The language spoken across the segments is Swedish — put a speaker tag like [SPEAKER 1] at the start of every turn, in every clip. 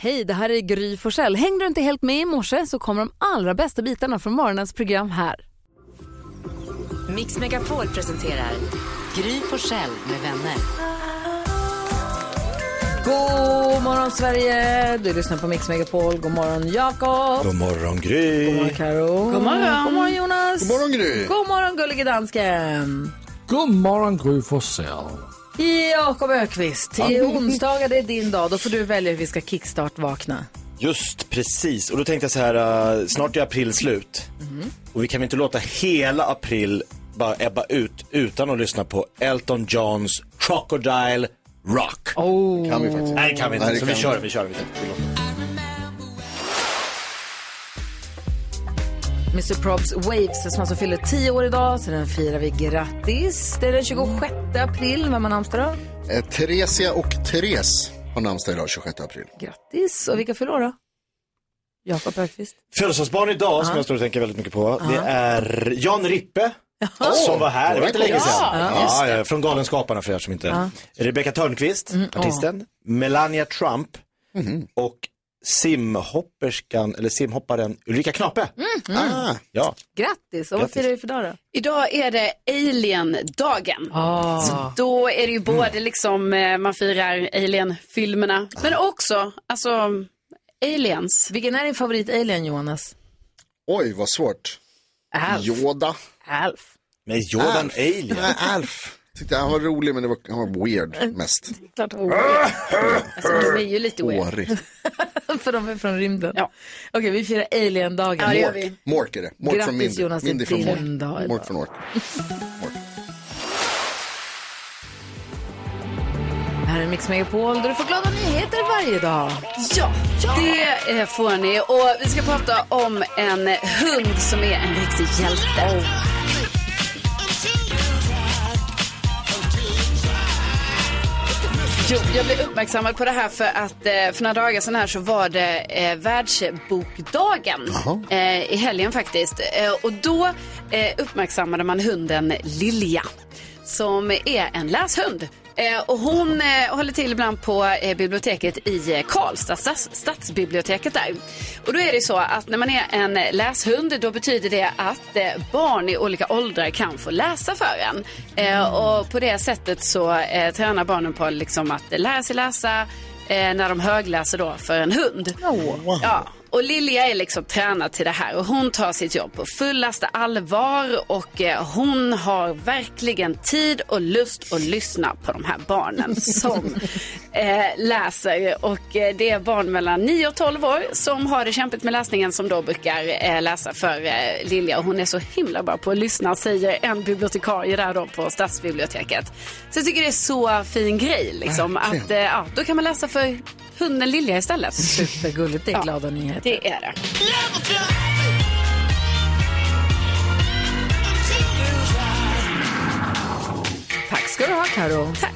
[SPEAKER 1] Hej, det här är Gry Forssell. Hängde du inte helt med i morse så kommer de allra bästa bitarna från morgonens program här.
[SPEAKER 2] Mix Megapol presenterar Gry Forssell med vänner.
[SPEAKER 1] God morgon Sverige! Du lyssnar på Mix Megapol. God morgon Jakob!
[SPEAKER 3] God morgon Gry. God morgon
[SPEAKER 1] Karo. God morgon. God morgon Jonas!
[SPEAKER 3] God morgon, Gry.
[SPEAKER 1] God morgon gullige dansken!
[SPEAKER 4] God morgon Gry Forssell.
[SPEAKER 1] Jakob Ökvist. i onsdagar det är din dag. Då får du välja hur vi ska kickstart-vakna.
[SPEAKER 3] Just precis. Och då tänkte jag så här, eh, snart är april slut. Och vi kan väl inte låta hela april bara ebba ut utan att lyssna på Elton Johns Crocodile Rock.
[SPEAKER 1] Oh.
[SPEAKER 5] kan vi faktiskt
[SPEAKER 3] Nej, det kan vi inte.
[SPEAKER 5] Nej, det
[SPEAKER 3] så
[SPEAKER 5] kan
[SPEAKER 3] vi
[SPEAKER 5] vi
[SPEAKER 3] kör, vi kör, vi kör.
[SPEAKER 1] Mr Probs Waves som alltså fyller 10 år idag, så den firar vi. Grattis! Det är den 26 april. Vem har namnsdag då?
[SPEAKER 5] Eh, Theresia och Therese har namnsdag idag 26 april.
[SPEAKER 1] Grattis! Och vilka fyller år då? Jakob Ökvist.
[SPEAKER 3] Födelsedagsbarn idag, som jag står och tänker väldigt mycket på, det är Jan Rippe. Som var här, det var inte länge sedan. Ja, ja, från Galenskaparna för er som inte... Rebecca Törnqvist, artisten. Melania Trump. Och simhopperskan, eller simhopparen Ulrika Knape.
[SPEAKER 5] Ah,
[SPEAKER 3] Ja.
[SPEAKER 1] Grattis! Och vad
[SPEAKER 3] Grattis.
[SPEAKER 1] firar vi för dag då?
[SPEAKER 6] Idag är det Alien-dagen.
[SPEAKER 1] Ah.
[SPEAKER 6] Då är det ju både liksom, eh, man firar Alien-filmerna, men också alltså, aliens.
[SPEAKER 1] Vilken är din favorit-alien, Jonas?
[SPEAKER 5] oj, vad svårt.
[SPEAKER 1] Alf.
[SPEAKER 5] Yoda.
[SPEAKER 1] Alf.
[SPEAKER 3] Men Jordan
[SPEAKER 5] Alf.
[SPEAKER 3] Alien.
[SPEAKER 5] Nej, Alf. Tyckte han var rolig, men det var, han var weird mest.
[SPEAKER 6] Klart, oh. alltså, de är ju lite weird.
[SPEAKER 5] Hårig.
[SPEAKER 1] För de är från rymden.
[SPEAKER 6] Ja.
[SPEAKER 1] Okej, vi firar alien-dagen.
[SPEAKER 6] Ja, det gör vi.
[SPEAKER 5] Mork. Mork är det. Mork
[SPEAKER 1] Grattis,
[SPEAKER 5] från Mindy.
[SPEAKER 1] Jonas, det är
[SPEAKER 5] Mindy från
[SPEAKER 1] din
[SPEAKER 5] Mork.
[SPEAKER 1] dag idag.
[SPEAKER 5] Mork från Mork.
[SPEAKER 1] Här är Mix Megapol där du får glada nyheter varje dag.
[SPEAKER 6] Ja, det eh, får ni. Och vi ska prata om en hund som är en riktig hjälte. Jo, jag blev uppmärksammad på det här för att eh, för några dagar sedan här så var det eh, världsbokdagen eh, i helgen faktiskt. Eh, och då eh, uppmärksammade man hunden Lilja som är en läshund. Eh, och hon eh, håller till ibland på eh, biblioteket i eh, Karlstad, stads, stadsbiblioteket där. Och då är det ju så att när man är en eh, läshund då betyder det att eh, barn i olika åldrar kan få läsa för en. Eh, och på det sättet så eh, tränar barnen på liksom, att eh, lära sig läsa eh, när de högläser då för en hund. Ja, och Lilja är liksom tränad till det här och hon tar sitt jobb på fullaste allvar och eh, hon har verkligen tid och lust att lyssna på de här barnen som eh, läser. Och eh, det är barn mellan 9 och 12 år som har det kämpigt med läsningen som då brukar eh, läsa för eh, Lilja och hon är så himla bra på att lyssna säger en bibliotekarie där då på stadsbiblioteket. Så jag tycker det är så fin grej liksom att eh, ja, då kan man läsa för hunden Lilja istället.
[SPEAKER 1] Supergulligt, det är
[SPEAKER 6] Ja.
[SPEAKER 1] glada nyheter.
[SPEAKER 6] Det är det.
[SPEAKER 1] Tack ska du ha, Karo. Tack.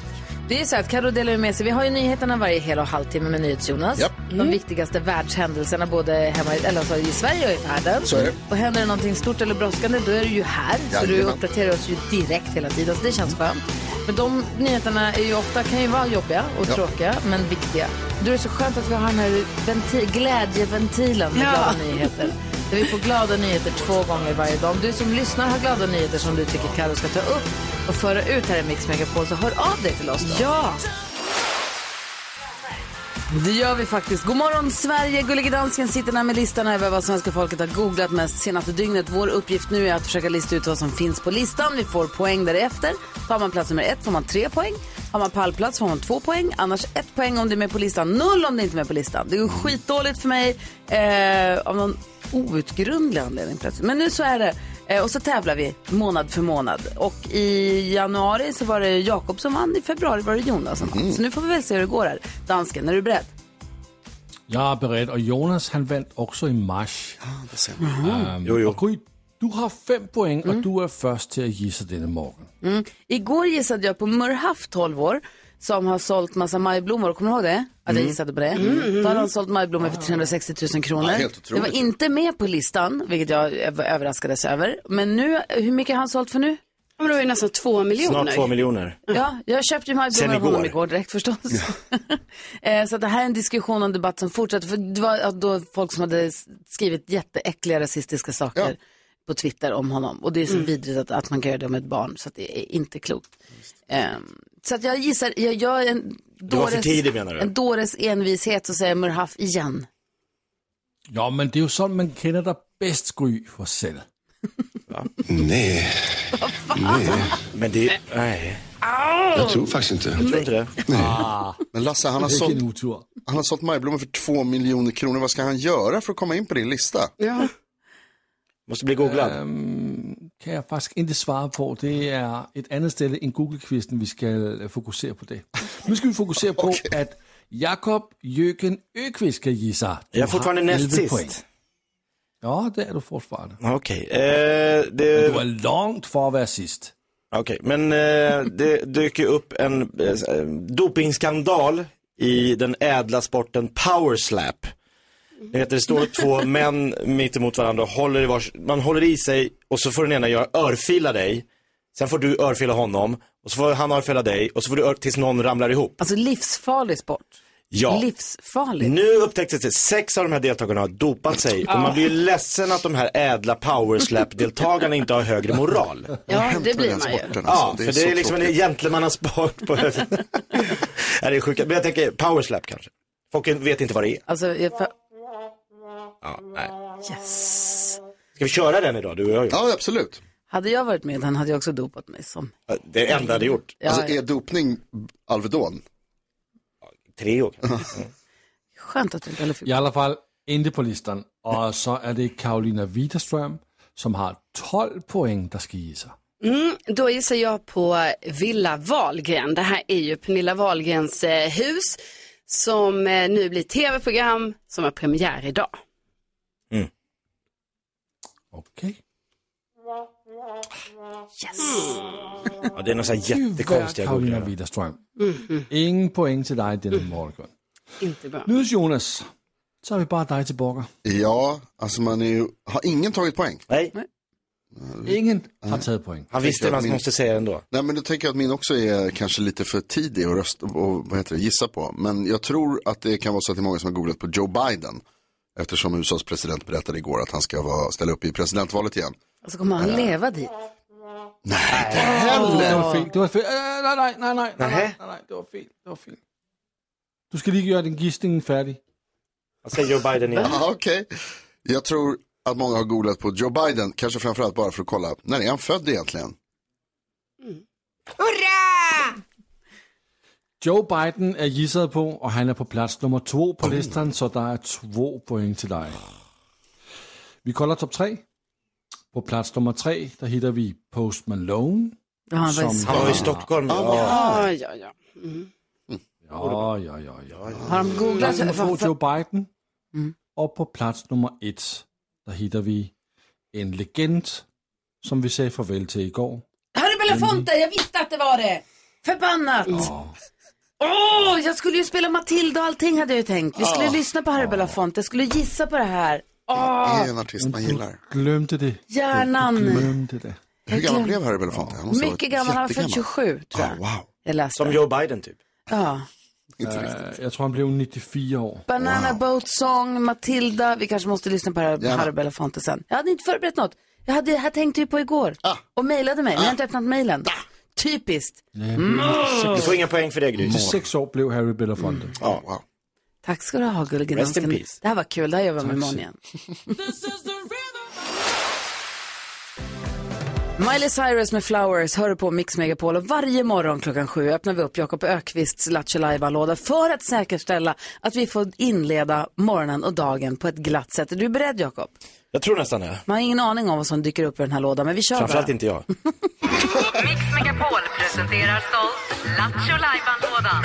[SPEAKER 1] Det är ju så att Karo delar ju med sig. Vi har ju nyheterna varje hel och halvtimme med NyhetsJonas.
[SPEAKER 5] Japp.
[SPEAKER 1] De viktigaste världshändelserna både hemma, i- eller alltså i Sverige och i världen.
[SPEAKER 5] Så är det.
[SPEAKER 1] Och händer det någonting stort eller brådskande då är du ju här. Så du
[SPEAKER 5] Jajamän.
[SPEAKER 1] uppdaterar oss ju direkt hela tiden. Så det känns skönt. Men de nyheterna är ju ofta, kan ju vara jobbiga och
[SPEAKER 5] Ja.
[SPEAKER 1] tråkiga, men viktiga. Då är det så skönt att vi har den här venti- glädjeventilen med
[SPEAKER 6] Ja.
[SPEAKER 1] glada nyheter. Där vi får glada nyheter två gånger varje dag. Om du som lyssnar har glada nyheter som du tycker Karo ska ta upp och föra ut här i Mix Megapol så hör av dig till oss då.
[SPEAKER 6] Ja.
[SPEAKER 1] Det gör vi faktiskt. God morgon Sverige! Gullige dansken sitter där med listan över vad svenska folket har googlat mest senaste dygnet. Vår uppgift nu är att försöka lista ut vad som finns på listan. Vi får poäng därefter. Tar man plats nummer ett får man tre poäng. Har man pallplats får man två poäng. Annars ett poäng om det är med på listan. Noll om det inte är med på listan. Det är ju skitdåligt för mig eh, av någon outgrundlig anledning plötsligt. Men nu så är det. Eh, och så tävlar vi månad för månad. Och i januari så var det Jakob som vann. I februari var det Jonas som vann.
[SPEAKER 5] Mm.
[SPEAKER 1] Så nu får vi väl se hur det går här. Dansken, är du beredd?
[SPEAKER 4] Jag är beredd och Jonas han vann också i mars.
[SPEAKER 3] Ah,
[SPEAKER 4] Ehm,
[SPEAKER 3] Jo, Mm. jo.
[SPEAKER 4] Och Gry, du har fem poäng och du är först till att gissa denna morgon.
[SPEAKER 1] Mm. Igår gissade jag på Murhaf, 12 år, som har sålt massa majblommor. Kommer du ihåg det? Att jag gissade på det. Då hade han sålt majblommor för 360 000 kronor.
[SPEAKER 5] Mm. Ja, helt
[SPEAKER 1] det
[SPEAKER 5] otroligt.
[SPEAKER 1] var inte med på listan, vilket jag var överraskades över. Men nu, hur mycket har han sålt för nu?
[SPEAKER 6] Men det var ju nästan två miljoner.
[SPEAKER 3] Snart två miljoner.
[SPEAKER 1] Ja, jag köpte ju
[SPEAKER 3] Sen
[SPEAKER 1] majblommor av
[SPEAKER 3] igår.
[SPEAKER 1] honom igår direkt förstås. Eh, så att det här är en diskussion och en debatt som fortsätter. För det var ja, då folk som hade s- skrivit jätteäckliga rasistiska saker på Twitter om honom. Och det är
[SPEAKER 3] Mm.
[SPEAKER 1] så vidrigt att, att man kan göra det om ett barn, så att det är inte klokt. Eh, så att jag gissar, jag gör en
[SPEAKER 3] Du var för
[SPEAKER 1] dåres,
[SPEAKER 3] tidig, menar du?
[SPEAKER 1] en dåres envishet och säger Murhaf igen.
[SPEAKER 4] Ja, men det är ju så man känner dig bäst, Gry Forssell.
[SPEAKER 7] Nej,
[SPEAKER 3] Men det, nej,
[SPEAKER 7] jag tror faktiskt inte.
[SPEAKER 3] jag tror inte det. Ah.
[SPEAKER 5] Men Lasse, han har sålt,
[SPEAKER 4] Vilken otur.
[SPEAKER 5] han har sålt majblommor för två miljoner kronor. Vad ska han göra för att komma in på din lista?
[SPEAKER 6] Ja.
[SPEAKER 3] Måste bli googlad.
[SPEAKER 5] Ehm,
[SPEAKER 4] Kan jag faktiskt inte svara på. Det är ett annat ställe än Google-quizen vi ska eh, fokusera på det. Nu ska vi fokusera på att Jakob Jöken Öqvist ska gissa. Du
[SPEAKER 3] Jag är fortfarande
[SPEAKER 4] har
[SPEAKER 3] näst
[SPEAKER 4] 11 poäng.
[SPEAKER 3] sist.
[SPEAKER 4] Ja, det är du fortfarande.
[SPEAKER 3] Okej, eh, det,
[SPEAKER 4] Du var långt för att vara sist.
[SPEAKER 3] okej. men eh, det dök ju upp en eh, dopingskandal i den ädla sporten powerslap. Ni vet, det står två män mitt emot varandra och håller i vars, man håller i sig och så får den ena göra örfila dig. Sen får du örfila honom och så får han örfila dig och så får du ör, tills någon ramlar ihop.
[SPEAKER 1] Alltså livsfarlig sport.
[SPEAKER 3] Ja.
[SPEAKER 1] Livsfarlig.
[SPEAKER 3] Nu upptäcktes det, sex av de här deltagarna har dopat sig och man blir ju ledsen att de här ädla powerslap-deltagarna inte har högre moral.
[SPEAKER 6] ja, det
[SPEAKER 5] Hämta
[SPEAKER 6] blir
[SPEAKER 5] den
[SPEAKER 6] man ju.
[SPEAKER 5] sporten,
[SPEAKER 3] Ja,
[SPEAKER 5] alltså.
[SPEAKER 3] för det
[SPEAKER 5] så
[SPEAKER 3] är liksom en
[SPEAKER 5] tråkigt.
[SPEAKER 3] gentlemannasport på höften. Nej, det är sjukt. Men jag tänker powerslap kanske. Folk vet inte vad det är.
[SPEAKER 1] Alltså, jag, för,
[SPEAKER 3] Ska vi köra den idag, du och jag? ju?
[SPEAKER 5] Ja, absolut.
[SPEAKER 1] hade jag varit med i den hade jag också dopat mig som.
[SPEAKER 3] Det är det enda jag hade gjort.
[SPEAKER 1] Ja,
[SPEAKER 5] Alltså, är dopning Alvedon?
[SPEAKER 3] Tre år Mm. kanske.
[SPEAKER 1] Skönt att du inte håller för...
[SPEAKER 4] I alla fall inte på listan. Och så är det Karolina Widerström som har 12 poäng där ska gissa.
[SPEAKER 6] Mm, Då gissar jag på Villa Wahlgren. Det här är ju Pernilla Wahlgrens eh, hus som eh, nu blir tv-program som har premiär idag.
[SPEAKER 4] Okej.
[SPEAKER 3] Ja, det är några
[SPEAKER 4] Tyvärr
[SPEAKER 3] jättekonstiga
[SPEAKER 4] Karolina
[SPEAKER 3] googlare.
[SPEAKER 4] Widerström. Ingen poäng till dig
[SPEAKER 1] Mm.
[SPEAKER 4] denna morgon.
[SPEAKER 6] Inte bra.
[SPEAKER 4] Nu Jonas, så har vi bara dig tillbaka.
[SPEAKER 5] Ja, alltså man är ju, har ingen tagit poäng.
[SPEAKER 3] Nej,
[SPEAKER 4] Ingen har tagit poäng.
[SPEAKER 3] han visste vad han måste säga ändå.
[SPEAKER 5] Nej, men då tänker jag att min också är kanske lite för tidig att rösta, och, vad heter det, gissa på. Men jag tror att det kan vara så att det är många som har googlat på Joe Biden. Eftersom USAs president berättade igår att han ska vara, ställa upp i presidentvalet igen.
[SPEAKER 1] Alltså kommer han leva dit?
[SPEAKER 4] Det var fel. Det var fel. Äh, nej, nej, nej, nej, nej, nej, nej, det var fel. Det var fel. Du ska lige göra din gissning färdig.
[SPEAKER 3] Han säger Joe Biden igen.
[SPEAKER 5] Ja, okej. Jag tror att många har googlat på Joe Biden, kanske framförallt bara för att kolla, när är han född egentligen?
[SPEAKER 4] Joe Biden är gissad på och han är på plats nummer två på listan så där är två poäng till dig. Vi kollar topp tre. På plats nummer tre där hittar vi Post Malone.
[SPEAKER 1] Ja, han var i
[SPEAKER 4] Som-
[SPEAKER 3] Han var i Stockholm. Ja.
[SPEAKER 6] Ja, ja, ja. Mm.
[SPEAKER 4] Ja, ja, ja, ja.
[SPEAKER 1] Har de googlat?
[SPEAKER 4] Plats nummer
[SPEAKER 1] För,
[SPEAKER 4] två
[SPEAKER 1] för,
[SPEAKER 4] Joe Biden.
[SPEAKER 1] Mm.
[SPEAKER 4] Och på plats nummer ett där hittar vi en legend som vi sagde farväl till igår.
[SPEAKER 1] Harry Belafonte, jag visste att det var det! Förbannat! Åh, jag skulle ju spela Matilda och allting hade jag ju tänkt. Vi skulle lyssna på Harry Belafonte, jag skulle gissa på det här. Åh,
[SPEAKER 5] Är en artist man gillar.
[SPEAKER 4] Glömde det.
[SPEAKER 1] hjärnan!
[SPEAKER 4] Glömde det.
[SPEAKER 5] Hur gammal blev Harry Belafonte? Han måste ha
[SPEAKER 1] Mycket
[SPEAKER 5] varit
[SPEAKER 1] gammal, han var född
[SPEAKER 5] jättegammal.
[SPEAKER 1] 27 tror
[SPEAKER 4] Ah,
[SPEAKER 5] Ja,
[SPEAKER 1] jag.
[SPEAKER 5] wow.
[SPEAKER 1] Jag läste.
[SPEAKER 3] Som Joe Biden typ.
[SPEAKER 1] Ja.
[SPEAKER 5] Inte riktigt.
[SPEAKER 4] Eh, Jag tror han blev 94 år.
[SPEAKER 1] Banana Boat Song, Matilda. Vi kanske måste lyssna på Har-
[SPEAKER 5] Gärna.
[SPEAKER 1] Harry Belafonte sen. Jag hade inte förberett något. Jag, hade, jag tänkte ju på igår
[SPEAKER 5] Ah.
[SPEAKER 1] och mejlade mig. Jag har inte öppnat mejlen. Typiskt. Mm.
[SPEAKER 3] Du får inga poäng för det Gry. Mm. Ah,
[SPEAKER 4] 96 år blev Harry Belafonte.
[SPEAKER 5] Ja, wow.
[SPEAKER 1] Tack ska du ha, gullige
[SPEAKER 3] Rest in
[SPEAKER 1] dansken.
[SPEAKER 3] peace.
[SPEAKER 1] Det här var kul, det här gör vi med imorgon igen. Miley Cyrus med Flowers hör du på Mix Megapol och varje morgon klockan sju öppnar vi upp Jakob Ökvists Lattjo Lajban-låda för att säkerställa att vi får inleda morgonen och dagen på ett glatt sätt. Är du beredd Jakob?
[SPEAKER 3] Jag tror nästan det.
[SPEAKER 1] Man har ingen aning om vad som dyker upp i den här lådan, men vi kör
[SPEAKER 3] Framförallt
[SPEAKER 1] bara.
[SPEAKER 3] inte jag.
[SPEAKER 2] Mix Megapol presenterar stolt Lattjo Lajban-lådan.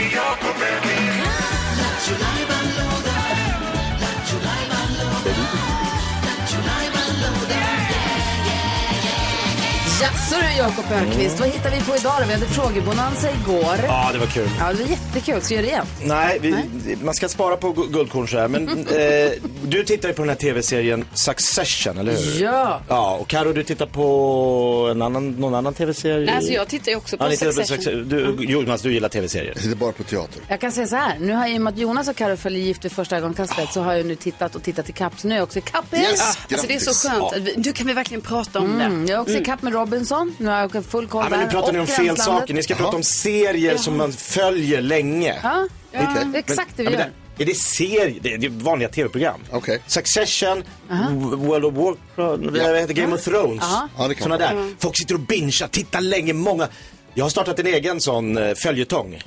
[SPEAKER 1] Jaså du Jakob Ökvist, vad hittar vi på idag då? Vi hade frågebonanza igår.
[SPEAKER 3] Ja, det var kul.
[SPEAKER 1] Ja, det var jättekul. Ska vi göra det igen?
[SPEAKER 3] Nej, vi, man ska spara på gu- guldkorn så här. Men eh, Du tittar ju på den här tv-serien Succession, eller hur?
[SPEAKER 1] Ja.
[SPEAKER 3] Ja, och Karo du tittar på en annan, någon annan tv-serie?
[SPEAKER 6] Alltså jag tittar ju också på
[SPEAKER 3] Ja, ni tittar på
[SPEAKER 6] Succession.
[SPEAKER 3] Succession. Du, Jonas, du gillar tv-serier.
[SPEAKER 5] Jag sitter bara på teater.
[SPEAKER 1] Jag kan säga så här, nu har jag i och med att Jonas och Carro följer Gift vid första ögonkastet så har jag nu tittat och tittat i kapp, så nu är jag också i kapp igen.
[SPEAKER 5] Yes,
[SPEAKER 6] Alltså det är
[SPEAKER 5] grattis.
[SPEAKER 6] så skönt. att vi- Nu kan vi verkligen prata om
[SPEAKER 1] Mm,
[SPEAKER 6] det.
[SPEAKER 1] jag är också i kapp med Robinson, nu har jag full koll
[SPEAKER 3] Ja, men nu
[SPEAKER 1] där.
[SPEAKER 3] pratar ni
[SPEAKER 1] Och
[SPEAKER 3] om fel
[SPEAKER 1] Gränslandet.
[SPEAKER 3] saker. Ni ska prata om serier som man följer länge.
[SPEAKER 1] Ja, ja,
[SPEAKER 5] Okej.
[SPEAKER 1] det är exakt det
[SPEAKER 3] Ja,
[SPEAKER 1] vi
[SPEAKER 3] men
[SPEAKER 1] gör.
[SPEAKER 3] det, är det serier? Det är, det är vanliga tv-program.
[SPEAKER 5] Okej.
[SPEAKER 3] Succession, W- World of Warcraft,
[SPEAKER 5] Ja.
[SPEAKER 3] vad heter Game of Thrones.
[SPEAKER 5] Ja, det kan
[SPEAKER 3] Såna
[SPEAKER 5] vara.
[SPEAKER 3] där. Folk sitter och bingear, tittar länge, många. Jag har startat en egen sån eh, följetong.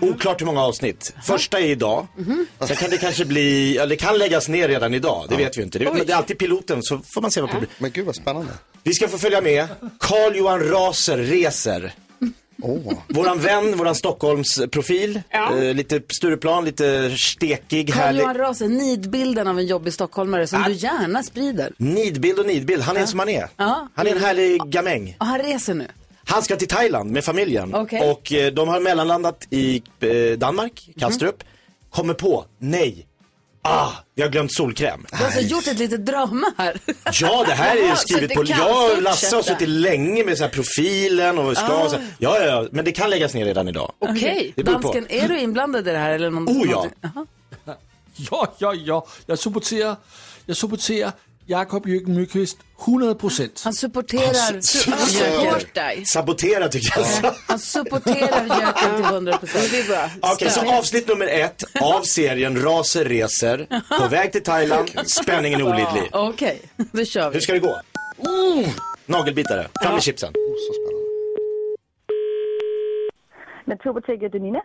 [SPEAKER 3] Oklart hur många avsnitt. Första är idag.
[SPEAKER 1] Mhm.
[SPEAKER 3] Sen kan det kanske bli, eller det kan läggas ner redan idag. Det vet vi ju inte. Det, men det är alltid piloten så får man se vad problemet
[SPEAKER 5] Men gud vad spännande.
[SPEAKER 3] Vi ska få följa med. Carl Johan Raser reser.
[SPEAKER 5] Åh,
[SPEAKER 3] Våran vän, våran Stockholmsprofil. Eh, lite Stureplan, lite stekig, härlig.
[SPEAKER 1] Carl-Johan Rase, nidbilden av en jobbig stockholmare
[SPEAKER 3] Äh.
[SPEAKER 1] som du gärna sprider.
[SPEAKER 3] Nidbild och nidbild, han är som han är.
[SPEAKER 1] Ja.
[SPEAKER 3] Han är en härlig gamäng.
[SPEAKER 1] Och han reser nu.
[SPEAKER 3] Han ska till Thailand med familjen
[SPEAKER 1] Okej.
[SPEAKER 3] och eh, de har mellanlandat i eh, Danmark, Kastrup.
[SPEAKER 1] Mm.
[SPEAKER 3] Kommer på, nej, ah, vi har glömt solkräm.
[SPEAKER 1] Du har alltså gjort ett litet drama här.
[SPEAKER 3] Ja, det här är ju
[SPEAKER 6] Jaha,
[SPEAKER 3] skrivet
[SPEAKER 6] så
[SPEAKER 3] på...
[SPEAKER 6] det kan
[SPEAKER 3] Jag och Lasse har
[SPEAKER 6] fortsätta. Ah.
[SPEAKER 3] suttit länge med så här profilen och ska och så. Ja, ja, ja, men det kan läggas ner redan idag.
[SPEAKER 6] Okej.
[SPEAKER 3] Det beror på.
[SPEAKER 1] Dansken, är du inblandad i det här? Eller någon,
[SPEAKER 3] Oh, ja.
[SPEAKER 1] någonting? Jaha.
[SPEAKER 4] Jo, jo, jo. Jeg supporterer, jeg supporterer Jakob Jørgen Mykvist 100%.
[SPEAKER 1] Han supporterar, Jöken.
[SPEAKER 6] Bort dig.
[SPEAKER 3] Sabotera tycker jag.
[SPEAKER 1] han supporterar Jöken till 100 procent.
[SPEAKER 3] Okej, så avsnitt nummer ett av serien Raser reser. På väg till Thailand, spänningen är olidlig. Oh!
[SPEAKER 1] Okej, då kör vi.
[SPEAKER 3] Hur ska det gå? Nagelbitare, fram med chipsen.
[SPEAKER 5] så spännande.
[SPEAKER 8] Men tro på trygghet du Nina?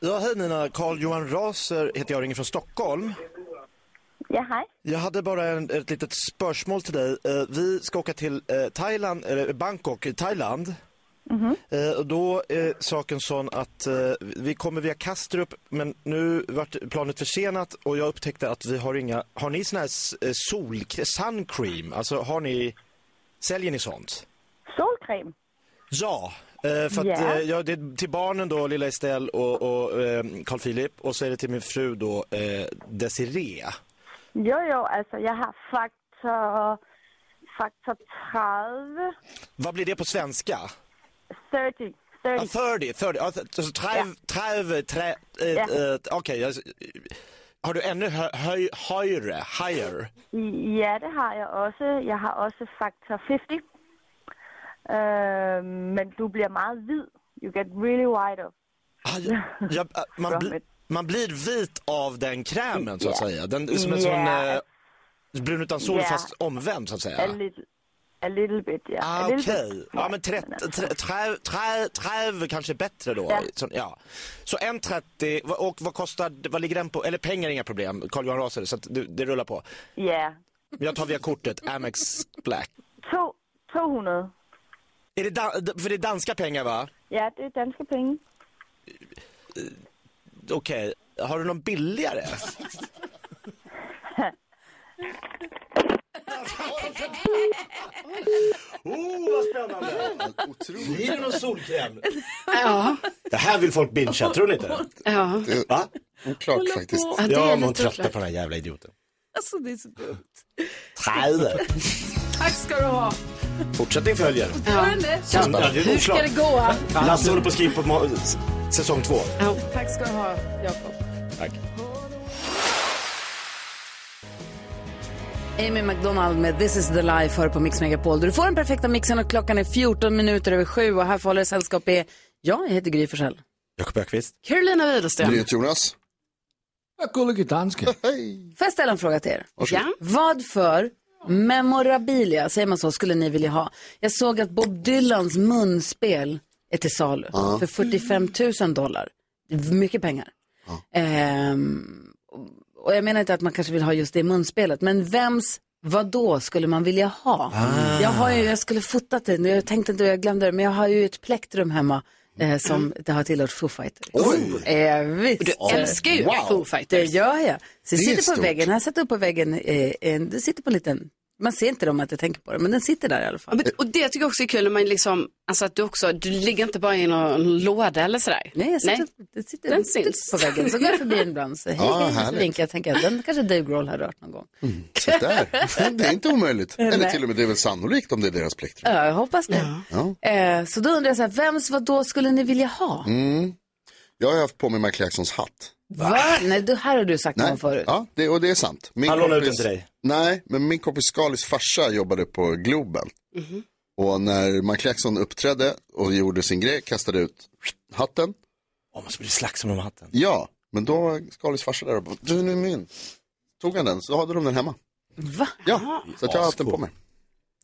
[SPEAKER 3] Ja, hej Nina. Carl-Johan Raser heter jag, ringer från Stockholm.
[SPEAKER 8] Ja, hej.
[SPEAKER 3] Jag hade bara en, ett litet spörsmål till dig. Eh, vi ska åka till eh, Thailand, eller Bangkok i Thailand. Eh, och då är saken sån att eh, vi kommer via Kastrup, men nu vart planet försenat och jag upptäckte att vi har inga... Har ni sån här s- eh, sol... sun cream? Alltså har ni... Säljer ni sånt?
[SPEAKER 8] Solkräm.
[SPEAKER 3] Ja, eh, för att,
[SPEAKER 8] Ja.
[SPEAKER 3] eh, ja, det är till barnen då, lilla Estelle och, och eh, Carl Philip och så är det till min fru då, eh, Desiree.
[SPEAKER 8] Jo, jo, alltså jag har faktor, faktor 30.
[SPEAKER 3] Vad blir det på svenska?
[SPEAKER 8] 30.
[SPEAKER 3] Ja,
[SPEAKER 8] 30.
[SPEAKER 3] 30, 30, alltså 30, 30, 30,
[SPEAKER 8] Ja.
[SPEAKER 3] eh, okej. alltså, har du ännu hö, höj, högre, higher?
[SPEAKER 8] Ja, det har jag också. Jag har också faktor 50. Øh, men du blir meget hvid. You get really white up.
[SPEAKER 3] Ah, jag, jag, äh, man, bli, man blir vit av den krämen så att säga. Den, är som en sån
[SPEAKER 8] Ja.
[SPEAKER 3] eh, brun utan sol
[SPEAKER 8] Ja.
[SPEAKER 3] fast omvänd så att
[SPEAKER 8] A,
[SPEAKER 3] säga.
[SPEAKER 8] little, a little bit, ja.
[SPEAKER 3] Ah,
[SPEAKER 8] A
[SPEAKER 3] okej.
[SPEAKER 8] little bit.
[SPEAKER 3] Ja, men 30, tre- tre- tre- träv kanske är bättre då.
[SPEAKER 8] Ja.
[SPEAKER 3] Så, ja. så en 30, vad- och vad kostar, vad ligger den på? Eller pengar är inga problem, Carl-Johan Raser, så att du, det rullar på.
[SPEAKER 8] Ja.
[SPEAKER 3] Jag tar via kortet, Amex Black.
[SPEAKER 8] To, 200.
[SPEAKER 3] Är det dan- för det är danska pengar va?
[SPEAKER 8] Ja, det är danske penge.
[SPEAKER 3] Okej, har du någon billigare? oh, vad spännande!
[SPEAKER 5] Otroligt.
[SPEAKER 3] Blir det någon solkräm? Det här vill folk bingea, tror ni inte?
[SPEAKER 6] Ja.
[SPEAKER 3] Va?
[SPEAKER 5] Oklart faktiskt.
[SPEAKER 6] Ja, det
[SPEAKER 3] Ja,
[SPEAKER 6] är
[SPEAKER 3] men hon
[SPEAKER 6] lite
[SPEAKER 3] tröttnar
[SPEAKER 6] oklart.
[SPEAKER 3] på den här jävla idioten.
[SPEAKER 1] Alltså, det är så dumt.
[SPEAKER 3] Träve.
[SPEAKER 1] Tack ska du ha.
[SPEAKER 3] Fortsättning följer.
[SPEAKER 1] Gör den det?
[SPEAKER 3] Kan- ja, det är
[SPEAKER 1] Hur ska
[SPEAKER 3] oklart.
[SPEAKER 1] det gå? Ann?
[SPEAKER 3] Lasse håller på att skriva på må- s- säsong två.
[SPEAKER 1] Tack ska du ha, Jakob.
[SPEAKER 3] Tack.
[SPEAKER 1] Amy McDonald med This is the life hör på Mix Megapol. Du får den perfekta mixen och klockan är 14 minuter över sju och här får hålla sällskap är jag, jag heter Gry Forssell.
[SPEAKER 3] Jakob Ökvist.
[SPEAKER 6] Carolina Widerström.
[SPEAKER 5] Jonas.
[SPEAKER 4] Jeg gullig i dansk.
[SPEAKER 1] Får jag ställa en fråga till er?
[SPEAKER 6] Ja.
[SPEAKER 1] Vad för memorabilia, säger man så, skulle ni vilja ha? Jag såg att Bob Dylans munspel är till salu för 45 000 dollar. Mycket pengar. Ehm, och- och jag menar inte att man kanske vill ha just det munspelet, men vems vad då skulle man vilja ha? Jag, har ju, jag skulle fotat det nu, jag tänkte inte, jag glömde det, men jag har ju ett plektrum hemma eh, som det har tillhört Foo Fighters.
[SPEAKER 5] Oj.
[SPEAKER 1] Eh, visst.
[SPEAKER 6] Du älskar ju Foo
[SPEAKER 1] Det
[SPEAKER 6] Fighters.
[SPEAKER 1] gör jag. Så
[SPEAKER 5] Det
[SPEAKER 1] det
[SPEAKER 5] är
[SPEAKER 1] sitter på
[SPEAKER 5] stort.
[SPEAKER 1] väggen, här sätter upp på väggen, eh, en, det sitter på en liten Man ser inte det om man inte tänker på det, men den sitter där i alla fall.
[SPEAKER 6] Men- Och det tycker jag också är kul när man liksom, alltså att du också, du ligger inte bara i någon låda eller sådär.
[SPEAKER 1] Nej, jag sitter, Den, sitter, den
[SPEAKER 6] Den
[SPEAKER 1] syns
[SPEAKER 6] syns.
[SPEAKER 1] på väggen. Så går jag förbi den ibland och säger hej,
[SPEAKER 5] Ja,
[SPEAKER 1] hej, och så
[SPEAKER 5] härligt.
[SPEAKER 1] vinkar jag. Tänker att den kanske Dave Grohl har rört någon gång.
[SPEAKER 5] Så där. Det är inte omöjligt. Mm. Eller till och med, det är väl sannolikt om det är deras plektrum.
[SPEAKER 1] Ja, jag hoppas det. Eh, så då undrar jag så här, vems vad då skulle ni vilja
[SPEAKER 5] Ah.
[SPEAKER 1] ha?
[SPEAKER 5] Mm. Jag har haft på mig Michael Jacksons hatt.
[SPEAKER 1] Va? Nej, du, här har du sagt någon förut.
[SPEAKER 5] Ja, det, och det är sant. Min
[SPEAKER 3] Han lånade ut den till dig.
[SPEAKER 5] Nej, men min kompis Skalis farsa jobbade på Globen. Och när Michael Jackson uppträdde och gjorde sin grej, kastade ut hatten.
[SPEAKER 3] Åh, man ska bli slagsmål om hatten.
[SPEAKER 5] Ja, men då var Skalis farsa där och bara, du nu är min. Tog han den, så hade de den hemma.
[SPEAKER 1] Va?
[SPEAKER 5] Ja, så att jag har haft den på mig.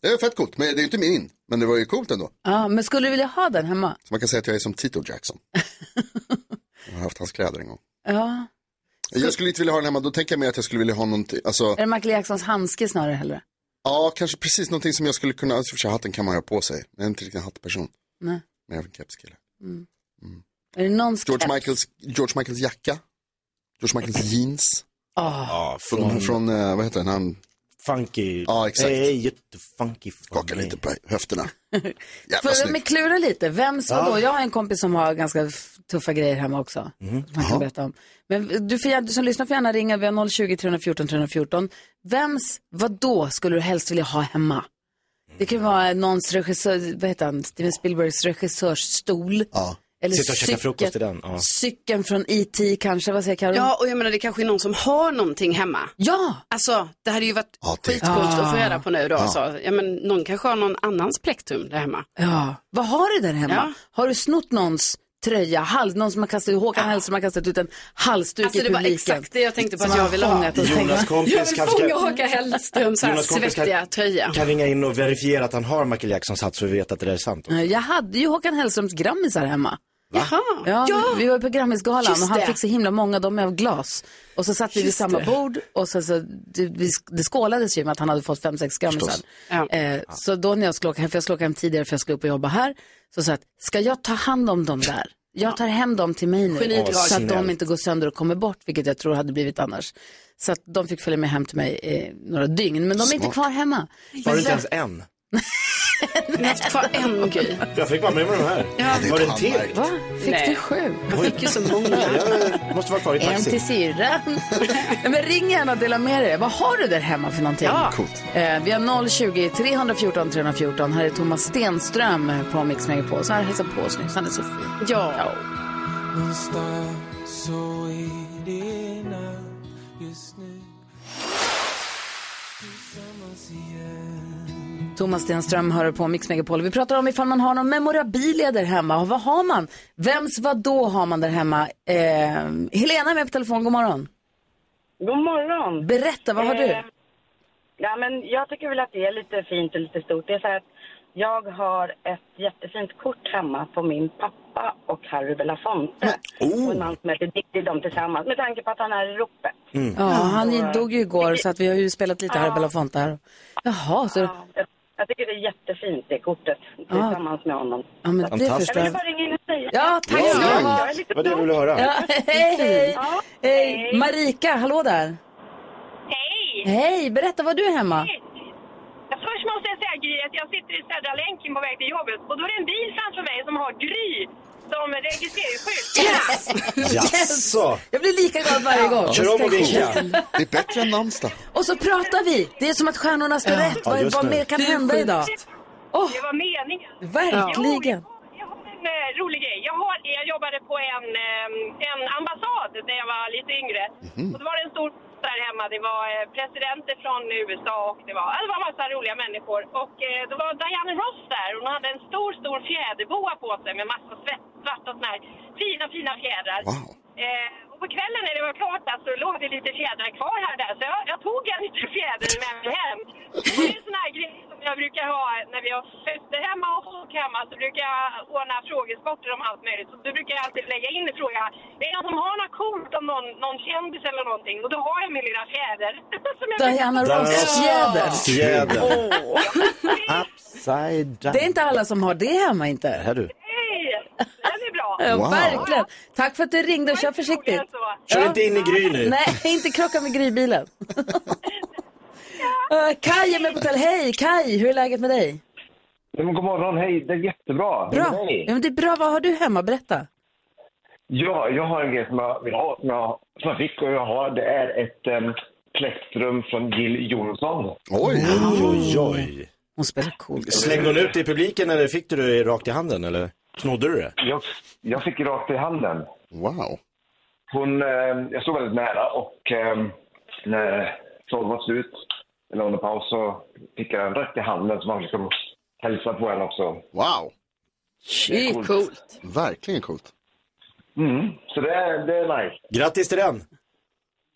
[SPEAKER 5] Det är fett coolt, men det är ju inte min. Men det var ju coolt ändå.
[SPEAKER 1] Ja, men skulle du vilja ha den hemma?
[SPEAKER 5] Så man kan säga att jag är som Tito Jackson. jag har haft hans kläder en gång.
[SPEAKER 1] Ja.
[SPEAKER 5] Jag skulle inte vilja ha den hemma, då tänker jag mer att jag skulle vilja ha någonting, alltså,
[SPEAKER 1] Är det Michael Jacksons handske snarare hellre?
[SPEAKER 5] ja, kanske precis någonting som jag skulle kunna, alltså, för sig, hatten kan man ha på sig. Jag är inte riktigt en hattperson,
[SPEAKER 1] Nej.
[SPEAKER 5] men jag är en kepskille.
[SPEAKER 1] Är det någon skatt?
[SPEAKER 5] George Michaels, George Michaels jacka, George Michaels jeans,
[SPEAKER 1] Ah,
[SPEAKER 3] Ja,
[SPEAKER 5] från, från eh, vad heter den, han
[SPEAKER 3] Mm. funky.
[SPEAKER 5] Ja, exakt.
[SPEAKER 3] Det är jättefunky. för
[SPEAKER 5] skakar
[SPEAKER 3] mig.
[SPEAKER 5] lite på höfterna. Jävla
[SPEAKER 1] För men
[SPEAKER 5] snygg.
[SPEAKER 1] klura lite, vems vadå? Jag har en kompis som har ganska f- tuffa grejer hemma också.
[SPEAKER 3] Mm.
[SPEAKER 1] Som han kan berätta om. Men du, får, gärna- du som lyssnar får gärna ringa, vi har 020 314 314. Vems vadå skulle du helst vilja ha hemma? Det kan vara någons regissör, vad heter han, Steven Spielbergs regissörsstol.
[SPEAKER 5] Ja.
[SPEAKER 1] Eller
[SPEAKER 3] Sitta och käka
[SPEAKER 1] cykeln-
[SPEAKER 3] frukost i den, ja.
[SPEAKER 1] Cykeln från IT kanske, vad säger Karin?
[SPEAKER 6] Ja, och jag menar det kanske är någon som har någonting hemma.
[SPEAKER 1] ja!
[SPEAKER 6] Alltså, det hade ju varit
[SPEAKER 5] Ja,
[SPEAKER 3] typ.
[SPEAKER 5] det-
[SPEAKER 6] skitcoolt att
[SPEAKER 1] Ah.
[SPEAKER 6] få reda på nu då. Så, ja, men någon kanske har någon annans plektrum där hemma.
[SPEAKER 1] Ja, vad har du där hemma?
[SPEAKER 6] Ja.
[SPEAKER 1] Har du snott någons tröja, hals, någon som har kastat, Håkan Hellström har kastat ut en halsduk
[SPEAKER 6] Alltså
[SPEAKER 1] i
[SPEAKER 6] det var
[SPEAKER 1] publiken?
[SPEAKER 6] exakt det jag tänkte på att
[SPEAKER 1] Man
[SPEAKER 6] jag ville ha.
[SPEAKER 1] fångat och tänkt,
[SPEAKER 3] Jonas
[SPEAKER 6] Jag
[SPEAKER 3] kompis
[SPEAKER 6] vill
[SPEAKER 3] kanske
[SPEAKER 6] fånga
[SPEAKER 3] kan,
[SPEAKER 6] Håkan Hellströms här
[SPEAKER 3] Jonas kompis kan-
[SPEAKER 6] svettiga tröja.
[SPEAKER 3] kan ringa in och verifiera att han har Michael Jacksons hatt så vi vet att det där är sant.
[SPEAKER 1] Nej, Jag hade ju Håkan Hellströms grammisar hemma.
[SPEAKER 6] Jaha,
[SPEAKER 1] Ja, Vi, vi var på Grammisgalan
[SPEAKER 6] Just
[SPEAKER 1] och han
[SPEAKER 6] det.
[SPEAKER 1] fick så himla många, de är av glas. Och så satt vi vid
[SPEAKER 6] Just
[SPEAKER 1] samma
[SPEAKER 6] det.
[SPEAKER 1] bord och så, så, det, vi, det skålades ju med att han hade fått fem, sex Grammisar.
[SPEAKER 6] Ja.
[SPEAKER 1] Eh, så då när jag skulle åka hem, för jag skulle åka hem tidigare för jag skulle upp och jobba här, så sa jag att ska jag ta hand om dem där? Jag tar hem dem till mig nu
[SPEAKER 6] Genidrag.
[SPEAKER 1] så att de
[SPEAKER 3] Snällt.
[SPEAKER 1] inte går sönder och kommer bort, vilket jag tror hade blivit annars. Så att de fick följa med hem till mig eh, några dygn, men de är inte kvar hemma.
[SPEAKER 3] Har
[SPEAKER 1] Men
[SPEAKER 3] du inte
[SPEAKER 1] vem-
[SPEAKER 3] ens en?
[SPEAKER 6] jag har haft kvar en grej.
[SPEAKER 3] Jag fick bara med mig de här.
[SPEAKER 5] det är
[SPEAKER 3] Var det en
[SPEAKER 5] fan
[SPEAKER 3] till?
[SPEAKER 5] märkligt.
[SPEAKER 1] Va? Fick
[SPEAKER 6] Nej.
[SPEAKER 1] du sju?
[SPEAKER 6] Jag fick ju så många.
[SPEAKER 3] Jag måste vara kvar i
[SPEAKER 1] En
[SPEAKER 3] taxin.
[SPEAKER 1] till syrran. Nej, Men ring gärna och dela med dig. Vad har du där hemma för någonting?
[SPEAKER 6] Ja.
[SPEAKER 5] Coolt.
[SPEAKER 1] Eh, vi har 020 314 314. Här är Thomas Stenström på Mix Megapol. Så han hälsar på oss nyss. Han är så fin.
[SPEAKER 6] Ja.
[SPEAKER 1] Thomas Stenström hör på Mix Megapol. Vi pratar om ifall man har någon memorabilia där hemma. Och vad har man? Vems vad då har man där hemma? Eh, Helena är med på telefon. God morgon.
[SPEAKER 8] God morgon.
[SPEAKER 1] Berätta, vad har du?
[SPEAKER 8] Eh, Ja, men jag tycker väl att det är lite fint och lite stort. Det är så här att jag har ett jättefint kort hemma på min pappa och Harry Belafonte. Och
[SPEAKER 1] Oh.
[SPEAKER 8] en man som heter Diddy, de tillsammans. Med tanke på att han är i ropet.
[SPEAKER 3] Mm.
[SPEAKER 1] Ja, han dog ju igår så att vi har ju spelat lite här i Belafonte här. Jaha, så...
[SPEAKER 8] Ja, jag, jag tycker det är jättefint, det kortet. Tillsammans med honom.
[SPEAKER 1] Ja, men det
[SPEAKER 3] Fantastiskt.
[SPEAKER 8] Jag
[SPEAKER 1] förstår
[SPEAKER 8] ville
[SPEAKER 1] jag.
[SPEAKER 8] bara ringa in och säga.
[SPEAKER 1] Ja, tack
[SPEAKER 3] Ja,
[SPEAKER 1] ska du
[SPEAKER 3] ja.
[SPEAKER 1] ha.
[SPEAKER 8] Jag är lite
[SPEAKER 3] Det var det jag
[SPEAKER 8] stolt.
[SPEAKER 3] ville höra.
[SPEAKER 1] Ja, hej, hej.
[SPEAKER 8] Ja,
[SPEAKER 1] hej!
[SPEAKER 8] hej.
[SPEAKER 1] Marika, hallå där!
[SPEAKER 9] Hej!
[SPEAKER 1] Hej, berätta var du är hemma?
[SPEAKER 9] Först måste jag säga Gry att jag sitter i Södra länken på väg till jobbet och då är det en bil framför mig som har Gry som registreringsskylt.
[SPEAKER 3] Jaså?
[SPEAKER 1] Jag blir lika glad varje gång.
[SPEAKER 3] Kör om och vinka.
[SPEAKER 5] Det är bättre än Namsta.
[SPEAKER 1] Och så pratar vi! Det är som att stjärnorna står rätt.
[SPEAKER 3] Ja,
[SPEAKER 1] Vad,
[SPEAKER 3] just
[SPEAKER 1] vad
[SPEAKER 3] det.
[SPEAKER 1] mer kan hända idag?
[SPEAKER 9] Det var meningen.
[SPEAKER 1] Verkligen.
[SPEAKER 9] Jo, jag har en eh, rolig grej. Jag, har, jag jobbade på en, eh, en ambassad när jag var lite yngre. Och då var det en stor fest där hemma. Det var eh, presidenter från USA och det var, ja, det var massa roliga människor. Och eh, då var Diana Ross där. Hon hade en stor, stor fjäderboa på sig med massa svett, svarta såna här fina, fina fjädrar.
[SPEAKER 5] Wow.
[SPEAKER 9] Eh, och på kvällen när det var klart där så låg det lite fjädrar kvar här där. Så jag, jag tog en liten fjäder med mig hem. Och Det är en sån här grej som jag brukar ha när vi har fester hemma och folk hemma. Så brukar jag ordna frågesporter om allt möjligt. Så då brukar jag alltid lägga in en fråga. Det är någon som har något coolt om någon, någon kändis eller någonting. Och då har jag min lilla fjäder. som jag brukar-
[SPEAKER 1] Diana Ross-fjäder.
[SPEAKER 3] Fjäder. Upside down.
[SPEAKER 1] Det är inte alla som har det hemma inte.
[SPEAKER 3] Här du.
[SPEAKER 9] Hej! Den är bra.
[SPEAKER 1] Ja,
[SPEAKER 5] Wow.
[SPEAKER 1] Verkligen. Tack för att du ringde och kör försiktigt.
[SPEAKER 9] Så.
[SPEAKER 3] Kör inte in i Gry nu.
[SPEAKER 1] Nej, inte krocka med Grybilen. Eh, Kaj är med på hotell. Hej Kaj, hur är läget med dig?
[SPEAKER 10] Nej, men god morgon, hej. Det är jättebra. Hur är
[SPEAKER 1] Bra.
[SPEAKER 10] det?
[SPEAKER 1] Ja, men det är bra. Vad har du hemma? Berätta.
[SPEAKER 10] Ja, jag har en grej som jag vill ha, som jag, som jag fick och jag har. Det är ett um, plektrum från Jill Johnson.
[SPEAKER 5] Oj!
[SPEAKER 3] Oj, oj, oj.
[SPEAKER 1] Hon spelar coolt.
[SPEAKER 3] Slängde hon ut det i publiken eller fick du det rakt i handen eller snodde du det?
[SPEAKER 10] Jag, jag fick det rakt i handen.
[SPEAKER 5] Wow.
[SPEAKER 10] Hon, eh, jag stod väldigt nära och eh, när showen var slut, eller under paus, så fick jag den rätt i handen så man liksom hälsa på henne också.
[SPEAKER 5] Wow.
[SPEAKER 1] Shit, coolt.
[SPEAKER 5] Verkligen coolt.
[SPEAKER 10] Mm. Så det, är- det är nice.
[SPEAKER 3] Grattis till den!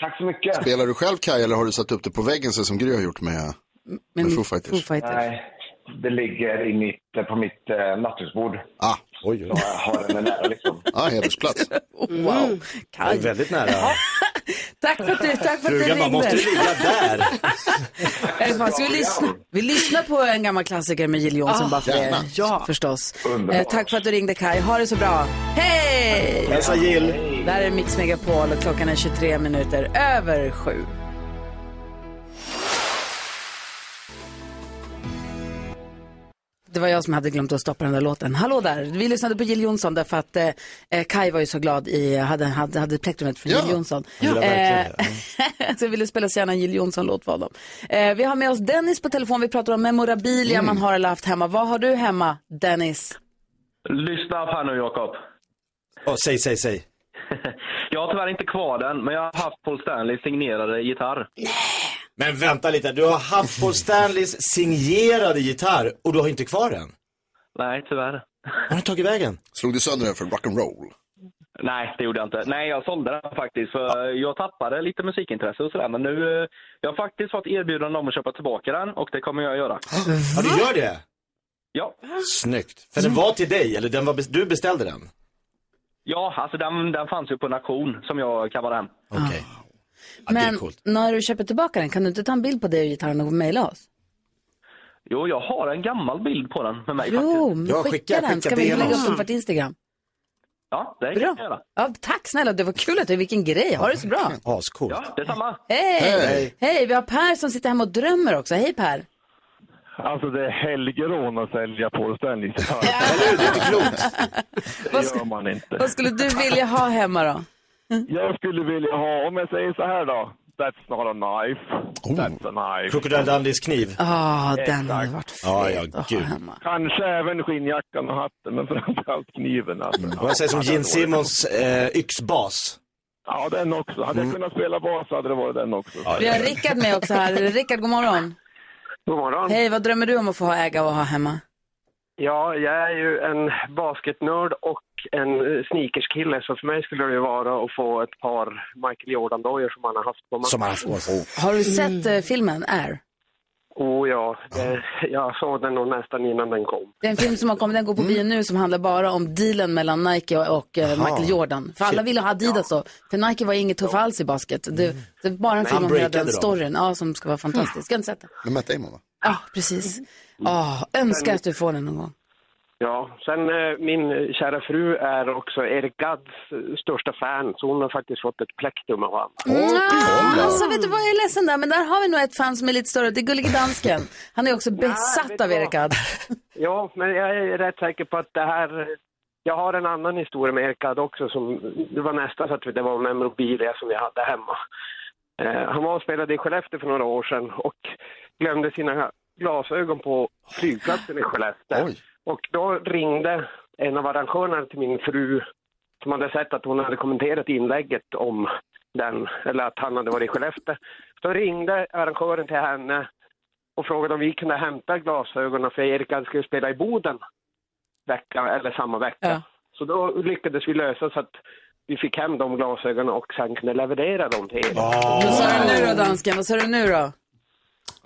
[SPEAKER 10] Tack så mycket.
[SPEAKER 5] Spelar du själv Kaj eller har du satt upp det på väggen så som Gry har gjort med, med Foo Fighters?
[SPEAKER 1] Foo Fighters.
[SPEAKER 10] Nej, det ligger i mitt, på mitt eh, nattduksbord.
[SPEAKER 5] Ah,
[SPEAKER 3] Oj, oj.
[SPEAKER 10] Jag har den nära liksom. Mm,
[SPEAKER 5] ah, hedersplats.
[SPEAKER 1] Wow.
[SPEAKER 3] Det
[SPEAKER 1] Kaj.
[SPEAKER 3] är väldigt nära.
[SPEAKER 1] Tack för att du, tack för att du
[SPEAKER 3] Frugan bara, måste
[SPEAKER 1] ringde.
[SPEAKER 3] du ligga där?
[SPEAKER 1] Eh, fan, Ska vi, lyssna? vi lyssnar på en gammal klassiker med Jill Johnson bara för det,
[SPEAKER 5] gärna.
[SPEAKER 1] ja. förstås.
[SPEAKER 10] Underbart.
[SPEAKER 1] Eh, tack för att du ringde Kai. ha det så bra. Hej!
[SPEAKER 3] Hälsa Jill.
[SPEAKER 1] Där är Mix Megapol och klockan är 23 minuter över sju. Det var jag som hade glömt att stoppa den där låten. Hallå där! Vi lyssnade på Jill Johnson därför att eh, eh, Kai var ju så glad i, hade, hade, hade plektrumet från
[SPEAKER 5] Ja.
[SPEAKER 1] Jill Johnson.
[SPEAKER 3] Ja. Det är
[SPEAKER 1] Eh, så jag ville spela så gärna en Jill Johnson-låt för honom. Eh, vi har med oss Dennis på telefon. Vi pratar om memorabilia
[SPEAKER 3] Mm.
[SPEAKER 1] man har eller haft hemma. Vad har du hemma, Dennis?
[SPEAKER 11] Lyssna upp här nu Jakob.
[SPEAKER 3] Åh, säg, säg, säg.
[SPEAKER 11] Jag har tyvärr inte kvar den, men jag har haft Paul Stanley signerade gitarr.
[SPEAKER 3] Men vänta lite, du har haft Paul Stanleys signerade gitarr och du har inte kvar den.
[SPEAKER 11] Nej, tyvärr.
[SPEAKER 3] Har den tagit vägen?
[SPEAKER 5] Slog du sönder den för rock'n'roll?
[SPEAKER 11] Nej, det gjorde jag inte. Nej, jag sålde den faktiskt. För jag tappade lite musikintresse och sådär. Men nu, eh, jag har faktiskt fått erbjudande om att köpa tillbaka den och det kommer jag göra.
[SPEAKER 3] Ja, du gör det?
[SPEAKER 11] Ja,
[SPEAKER 3] Snyggt. För den var till dig, eller den var, du beställde den?
[SPEAKER 11] ja alltså den, den fanns ju på en auktion som jag kammade hem. Ah.
[SPEAKER 3] Okej. Ja, det är
[SPEAKER 1] Men
[SPEAKER 3] coolt.
[SPEAKER 1] när du köper tillbaka den, kan du inte ta en bild på det och gitarren och mejla oss?
[SPEAKER 11] Jo, jag har en gammal bild på den med mig faktiskt.
[SPEAKER 1] Jo, men
[SPEAKER 3] Ja,
[SPEAKER 1] skicka,
[SPEAKER 3] skicka-
[SPEAKER 1] den. Ska
[SPEAKER 3] skicka
[SPEAKER 1] vi
[SPEAKER 3] den
[SPEAKER 1] lägga upp
[SPEAKER 3] också.
[SPEAKER 1] den på vårt Instagram?
[SPEAKER 11] Ja, det kan
[SPEAKER 1] Bra.
[SPEAKER 11] jag göra.
[SPEAKER 1] Ja, tack snälla, det var kul att du, vilken grej. Ha det så bra.
[SPEAKER 3] Ascoolt.
[SPEAKER 11] Ja, detsamma.
[SPEAKER 1] Hej! Hej!
[SPEAKER 5] Hej.
[SPEAKER 1] vi har Per som sitter hemma och drömmer också. Hej Per!
[SPEAKER 10] Alltså det är helgerån att sälja på ställningsgitarr.
[SPEAKER 3] Eller hur? Det är inte klokt.
[SPEAKER 1] Vad,
[SPEAKER 10] Det gör
[SPEAKER 1] sk-
[SPEAKER 10] man inte.
[SPEAKER 1] vad skulle du vilja ha hemma då?
[SPEAKER 10] Jag skulle vilja ha, om jag säger så här då. That's not a knife. That's a knife.
[SPEAKER 3] Oh. Crocodile Dunleys kniv.
[SPEAKER 1] Ah, den hade varit fet
[SPEAKER 3] Ja, ja,
[SPEAKER 1] att ha
[SPEAKER 3] gud.
[SPEAKER 1] hemma.
[SPEAKER 10] Kanske även skinnjackan och hatten, men framförallt kniven. Alltså.
[SPEAKER 3] Vad säger som Gene Simmons eh, yxbas? Mm.
[SPEAKER 10] Ja, den också. Hade jag kunnat spela bas hade det varit den också.
[SPEAKER 1] Vi har Rickard med också här. Rickard, god morgon.
[SPEAKER 10] God morgon.
[SPEAKER 1] Hej, vad drömmer du om att få ha äga och ha hemma?
[SPEAKER 10] Ja, jag är ju en basketnörd och en eh, sneakerskille, så för mig skulle det ju vara att få ett par Michael Jordan-dojor som han har haft på mig.
[SPEAKER 3] Som han haft på sig.
[SPEAKER 1] Har du sett eh, filmen Air?
[SPEAKER 10] Oh ja, det, jag såg den nog nästan innan den kom.
[SPEAKER 1] Det är en film som har kommit, den går på bio nu, som handlar bara om dealen mellan Nike och, och eh, Michael Jordan. För alla ville ha Adidas då, för Nike var inget tuffa alls i basket. Det, det är bara en film om hela
[SPEAKER 3] breakade
[SPEAKER 1] den
[SPEAKER 3] dem.
[SPEAKER 1] storyn, ja, som ska vara fantastisk. Jag har inte sett den.
[SPEAKER 5] Med Matt Damon va?
[SPEAKER 1] Ja, precis. Ah, önskar att du får den någon gång.
[SPEAKER 10] Ja, sen eh, min kära fru är också Eric Gadds eh, största fan, så hon har faktiskt fått ett plektrum av honom.
[SPEAKER 1] Ah, alltså, vet du vad, jag är ledsen där, men där har vi nog ett fan som är lite större. Det är Gullige Dansken. Han är också
[SPEAKER 10] vet
[SPEAKER 1] besatt
[SPEAKER 10] du
[SPEAKER 1] av Eric Gadd.
[SPEAKER 10] Ja, men jag är rätt säker på att det här... eh, Jag har en annan historia med Erkad också. Som, det var nästan så att det var memorabilia som jag hade hemma. Eh, han var och spelade i Skellefteå för några år sedan och glömde sina glasögon på flygplatsen i Skellefteå.
[SPEAKER 5] Oj.
[SPEAKER 10] Och då ringde en av arrangörerna till min fru som hade sett att hon hade kommenterat inlägget om den, eller att han hade varit i Skellefteå. Då ringde arrangören till henne och frågade om vi kunde hämta glasögonen för Erik hade skulle spela i Boden veckan, eller samma vecka.
[SPEAKER 1] Ja.
[SPEAKER 10] Så då lyckades vi lösa så att vi fick hem de glasögonen och sen kunde leverera dem till Erik.
[SPEAKER 1] Vad sa du nu då, dansken? Vad sa du nu då?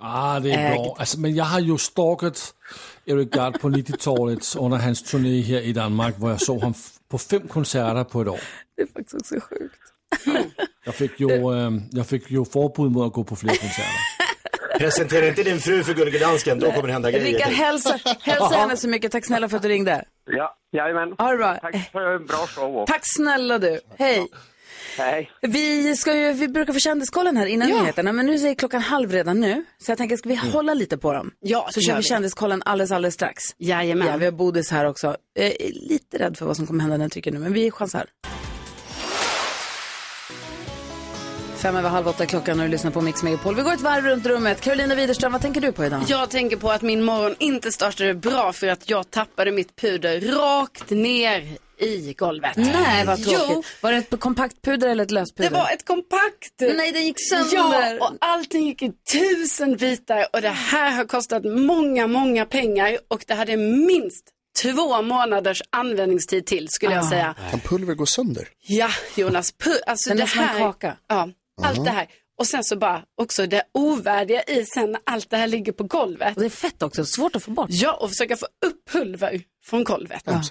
[SPEAKER 4] Ah, det er bra. Altså, men jeg har jo stalket Eric Gard på 90-tallet under hans turné her i Danmark, hvor jeg så ham f- på fem koncerter på et år.
[SPEAKER 1] Det är faktiskt också sjukt.
[SPEAKER 4] Jeg fik jo, øh, jeg fik jo forbud mod at gå på flere koncerter.
[SPEAKER 3] Presentera inte din fru för Gullige Dansken, då kommer det hända
[SPEAKER 1] Rickard,
[SPEAKER 3] grejer.
[SPEAKER 1] hälsa, hälsa henne så mycket. Tack snälla för att du ringde.
[SPEAKER 10] Ja, jajamän.
[SPEAKER 1] Ha det bra.
[SPEAKER 10] Tack för en bra show också.
[SPEAKER 1] Tack snälla du. Hej.
[SPEAKER 10] Nej.
[SPEAKER 1] Vi, ska ju, vi brukar få kändiskollen här innan nyheterna, men nu är klockan halv redan nu. Så jag tänker, ska vi hålla lite på dem?
[SPEAKER 6] Mm. Ja,
[SPEAKER 1] Så
[SPEAKER 6] det
[SPEAKER 1] kör
[SPEAKER 6] gör
[SPEAKER 1] vi
[SPEAKER 6] vi.
[SPEAKER 1] kändiskollen alldeles, alldeles strax.
[SPEAKER 6] Jajamän.
[SPEAKER 1] Ja, vi har Bodis här också. Jag är lite rädd för vad som kommer hända när jag trycker nu, men vi chansar. Fem över halv åtta klockan och du lyssnar på Mix Megapol. Vi går ett varv runt rummet. Carolina Widerström, vad tänker du på idag?
[SPEAKER 6] Jag tänker på att min morgon inte startade bra för att jag tappade mitt puder rakt ner i golvet.
[SPEAKER 1] Nej, vad tråkigt.
[SPEAKER 6] Jo,
[SPEAKER 1] Var det ett kompakt puder eller ett löst
[SPEAKER 6] det
[SPEAKER 1] puder?
[SPEAKER 6] var ett kompakt.
[SPEAKER 1] Nej, det gick sönder.
[SPEAKER 6] Ja, och allting gick i tusen bitar och det här har kostat många, många pengar och det hade minst två månaders användningstid till skulle
[SPEAKER 5] Ah.
[SPEAKER 1] Ah.
[SPEAKER 6] jag säga.
[SPEAKER 5] Kan pulver gå sönder?
[SPEAKER 6] Ja, Jonas. Pu- alltså
[SPEAKER 1] Den
[SPEAKER 6] det
[SPEAKER 1] är som en
[SPEAKER 6] här,
[SPEAKER 1] kaka.
[SPEAKER 6] Ja, allt
[SPEAKER 5] Aha.
[SPEAKER 6] det här. Och sen så bara också det ovärdiga i sen när allt det här ligger på golvet.
[SPEAKER 1] det är fett också, svårt att få bort.
[SPEAKER 6] Ja, och försöka få upp pulver från golvet. Ja.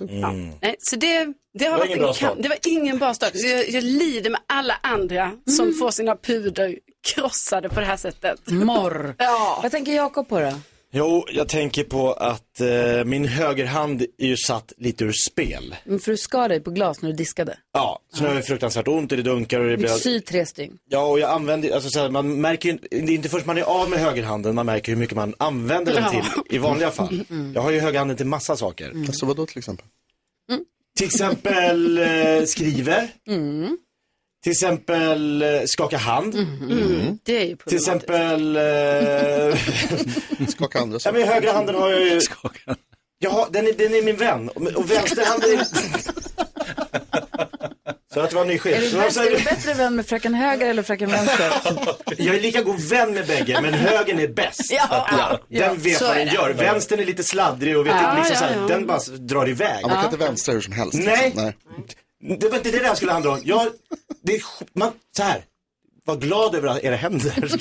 [SPEAKER 6] Nej, så det, det har
[SPEAKER 1] var
[SPEAKER 6] varit
[SPEAKER 1] ingen
[SPEAKER 6] en
[SPEAKER 1] bra
[SPEAKER 6] kamp.
[SPEAKER 1] start.
[SPEAKER 6] Det var ingen bra start. Jag, jag lider med alla andra
[SPEAKER 1] Mm.
[SPEAKER 6] som får sina puder krossade på det här sättet.
[SPEAKER 1] Morr.
[SPEAKER 6] ja.
[SPEAKER 1] Vad tänker Jakob på då?
[SPEAKER 3] Jo, jag tänker på att eh, min högerhand är ju satt lite ur spel.
[SPEAKER 1] För du skar dig på glas när du diskade.
[SPEAKER 3] Ja, så nu har jag fruktansvärt ont och det dunkar och det
[SPEAKER 1] Du
[SPEAKER 3] blir...
[SPEAKER 1] fick sy tre stygn.
[SPEAKER 3] Ja, och jag använder, alltså så här, man märker ju, inte- det är inte först man är av med högerhanden man märker hur mycket man använder den
[SPEAKER 1] Ja. Mm,
[SPEAKER 3] till i vanliga fall. Jag har ju högerhanden till massa saker.
[SPEAKER 5] Alltså vadå till exempel?
[SPEAKER 3] Till exempel eh, skriver,
[SPEAKER 1] Mm.
[SPEAKER 3] till exempel eh, skaka hand.
[SPEAKER 6] Mm. Det är ju
[SPEAKER 3] Till exempel... Eh...
[SPEAKER 5] Skaka andra
[SPEAKER 3] ja, men i högra handen har jag ju... Jag har, den, är, den är min vän. Och, och vänsterhanden är... Så att det var en ny
[SPEAKER 1] Är,
[SPEAKER 3] chef.
[SPEAKER 1] du
[SPEAKER 3] Så vad
[SPEAKER 1] bättre, är
[SPEAKER 3] säger
[SPEAKER 1] du bättre vän med fröken höger eller fröken vänster?
[SPEAKER 3] du? Jag är lika god vän med bägge, men högern är bäst.
[SPEAKER 1] Ja.
[SPEAKER 3] Den vet
[SPEAKER 1] Så
[SPEAKER 3] vad
[SPEAKER 1] är
[SPEAKER 3] den
[SPEAKER 1] det.
[SPEAKER 3] gör. Vänstern är lite sladdrig och vet
[SPEAKER 1] Ja,
[SPEAKER 3] inte liksom
[SPEAKER 1] ja,
[SPEAKER 3] så här,
[SPEAKER 1] ja.
[SPEAKER 3] den bara s- drar iväg.
[SPEAKER 5] Ja, man kan inte vänstra hur som helst. liksom.
[SPEAKER 3] Nej.
[SPEAKER 5] Nej.
[SPEAKER 3] Det var inte det det här skulle handla om. Jag, det är, sj- man, så här, var glad över att era händer.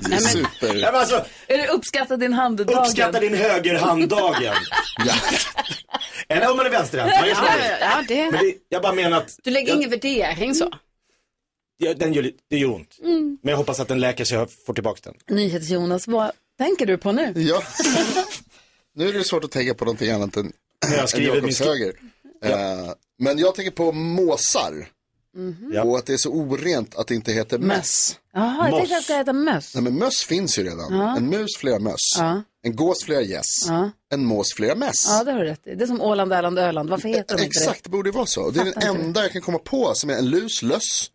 [SPEAKER 1] Nej, men-
[SPEAKER 5] Super.
[SPEAKER 3] Ja, men alltså,
[SPEAKER 1] Är det uppskatta din handdagen?
[SPEAKER 3] uppskatta din högerhanddagen. ja. Eller om man är vänsterhänt. Man är
[SPEAKER 6] Ja,
[SPEAKER 3] sladdrig.
[SPEAKER 6] ja, det...
[SPEAKER 3] Men det, jag bara menar att
[SPEAKER 6] Du lägger ingen värdering så.
[SPEAKER 3] jag, den gör, lite- det gör ont.
[SPEAKER 1] Mm.
[SPEAKER 3] Men jag hoppas att den läker så jag får tillbaka den.
[SPEAKER 1] NyhetsJonas, vad tänker du på nu?
[SPEAKER 5] Ja. Nu är det svårt att tänka på någonting annat än,
[SPEAKER 3] jag
[SPEAKER 5] än
[SPEAKER 3] skriver min
[SPEAKER 5] Jakobs
[SPEAKER 3] skri-
[SPEAKER 5] höger. Eh, men jag tänker på måsar. Och att det är så orent att det inte heter möss.
[SPEAKER 1] Mhm. Jaha, jag tänkte att jag ska äta möss.
[SPEAKER 5] Nej men möss finns ju redan.
[SPEAKER 1] Ja.
[SPEAKER 5] En mus flera möss.
[SPEAKER 1] Ja.
[SPEAKER 5] En gås flera gäss.
[SPEAKER 1] Ja.
[SPEAKER 5] En mås flera mäss.
[SPEAKER 1] Ja, det har du rätt i. Det är som Åland, Öland, Öland. Varför heter de inte
[SPEAKER 5] Exakt, det borde ju vara så. Det är den
[SPEAKER 1] Fattar inte
[SPEAKER 5] enda jag kan komma på som är en lus, löss.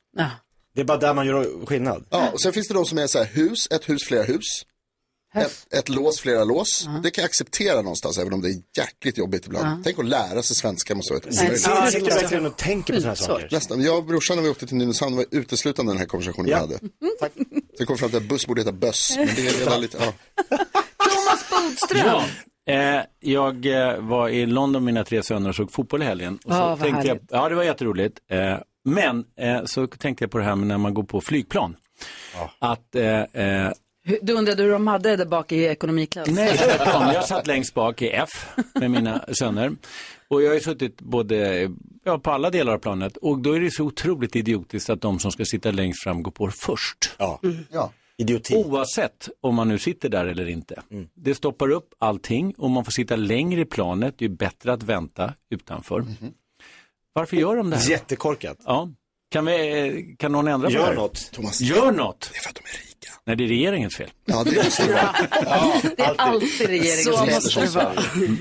[SPEAKER 3] Det är bara där man gör skillnad.
[SPEAKER 5] Ja, och sen finns det de som är så här hus, ett hus, flera hus. Ett, ett lås, flera lås. Det kan jag acceptera någonstans, även om det är jäkligt jobbigt ibland.
[SPEAKER 1] Ja.
[SPEAKER 5] Tänk att lära sig svenska med så ett
[SPEAKER 3] Sitter- Sitter du verkligen och tänker på sådana här saker?
[SPEAKER 5] Nästan. Jag och brorsan när vi åkte till Nynäshamn var uteslutande den här konversationen vi hade.
[SPEAKER 1] Mm.
[SPEAKER 5] Sen kom vi fram till att buss borde heta böss. Men det är redan lite, ja.
[SPEAKER 12] Ja. Eh, jag eh, var i London med mina tre söner och såg fotboll i helgen. Och så
[SPEAKER 1] Ja, vad
[SPEAKER 12] tänkte jag,
[SPEAKER 1] härligt.
[SPEAKER 12] ja, det var jätteroligt. Eh, men eh, så tänkte jag på det här med när man går på flygplan. Att, eh, eh,
[SPEAKER 1] det? Du undrade hur de hade det där bak i ekonomiklass?
[SPEAKER 12] nej, tvärtom. jag satt längst bak i F med mina söner. Och jag har ju suttit både ja, på alla delar av planet. Och då är det så otroligt idiotiskt att de som ska sitta längst fram går på först.
[SPEAKER 5] ja.
[SPEAKER 3] Idioti.
[SPEAKER 12] Oavsett om man nu sitter där eller inte. Det stoppar upp allting och man får sitta längre i planet. Det är bättre att vänta utanför. Varför gör de det här?
[SPEAKER 3] Jättekorkat.
[SPEAKER 12] Ja. Kan, vi, eh, kan någon ändra
[SPEAKER 3] Gör
[SPEAKER 12] på det?
[SPEAKER 3] något.
[SPEAKER 5] Thomas.
[SPEAKER 12] Gör något. Det är för att de är rika. Nej, det är regeringens fel.
[SPEAKER 5] ja, det måste det vara.
[SPEAKER 1] det är alltid regeringens
[SPEAKER 6] Så
[SPEAKER 1] fel.
[SPEAKER 6] måste det vara.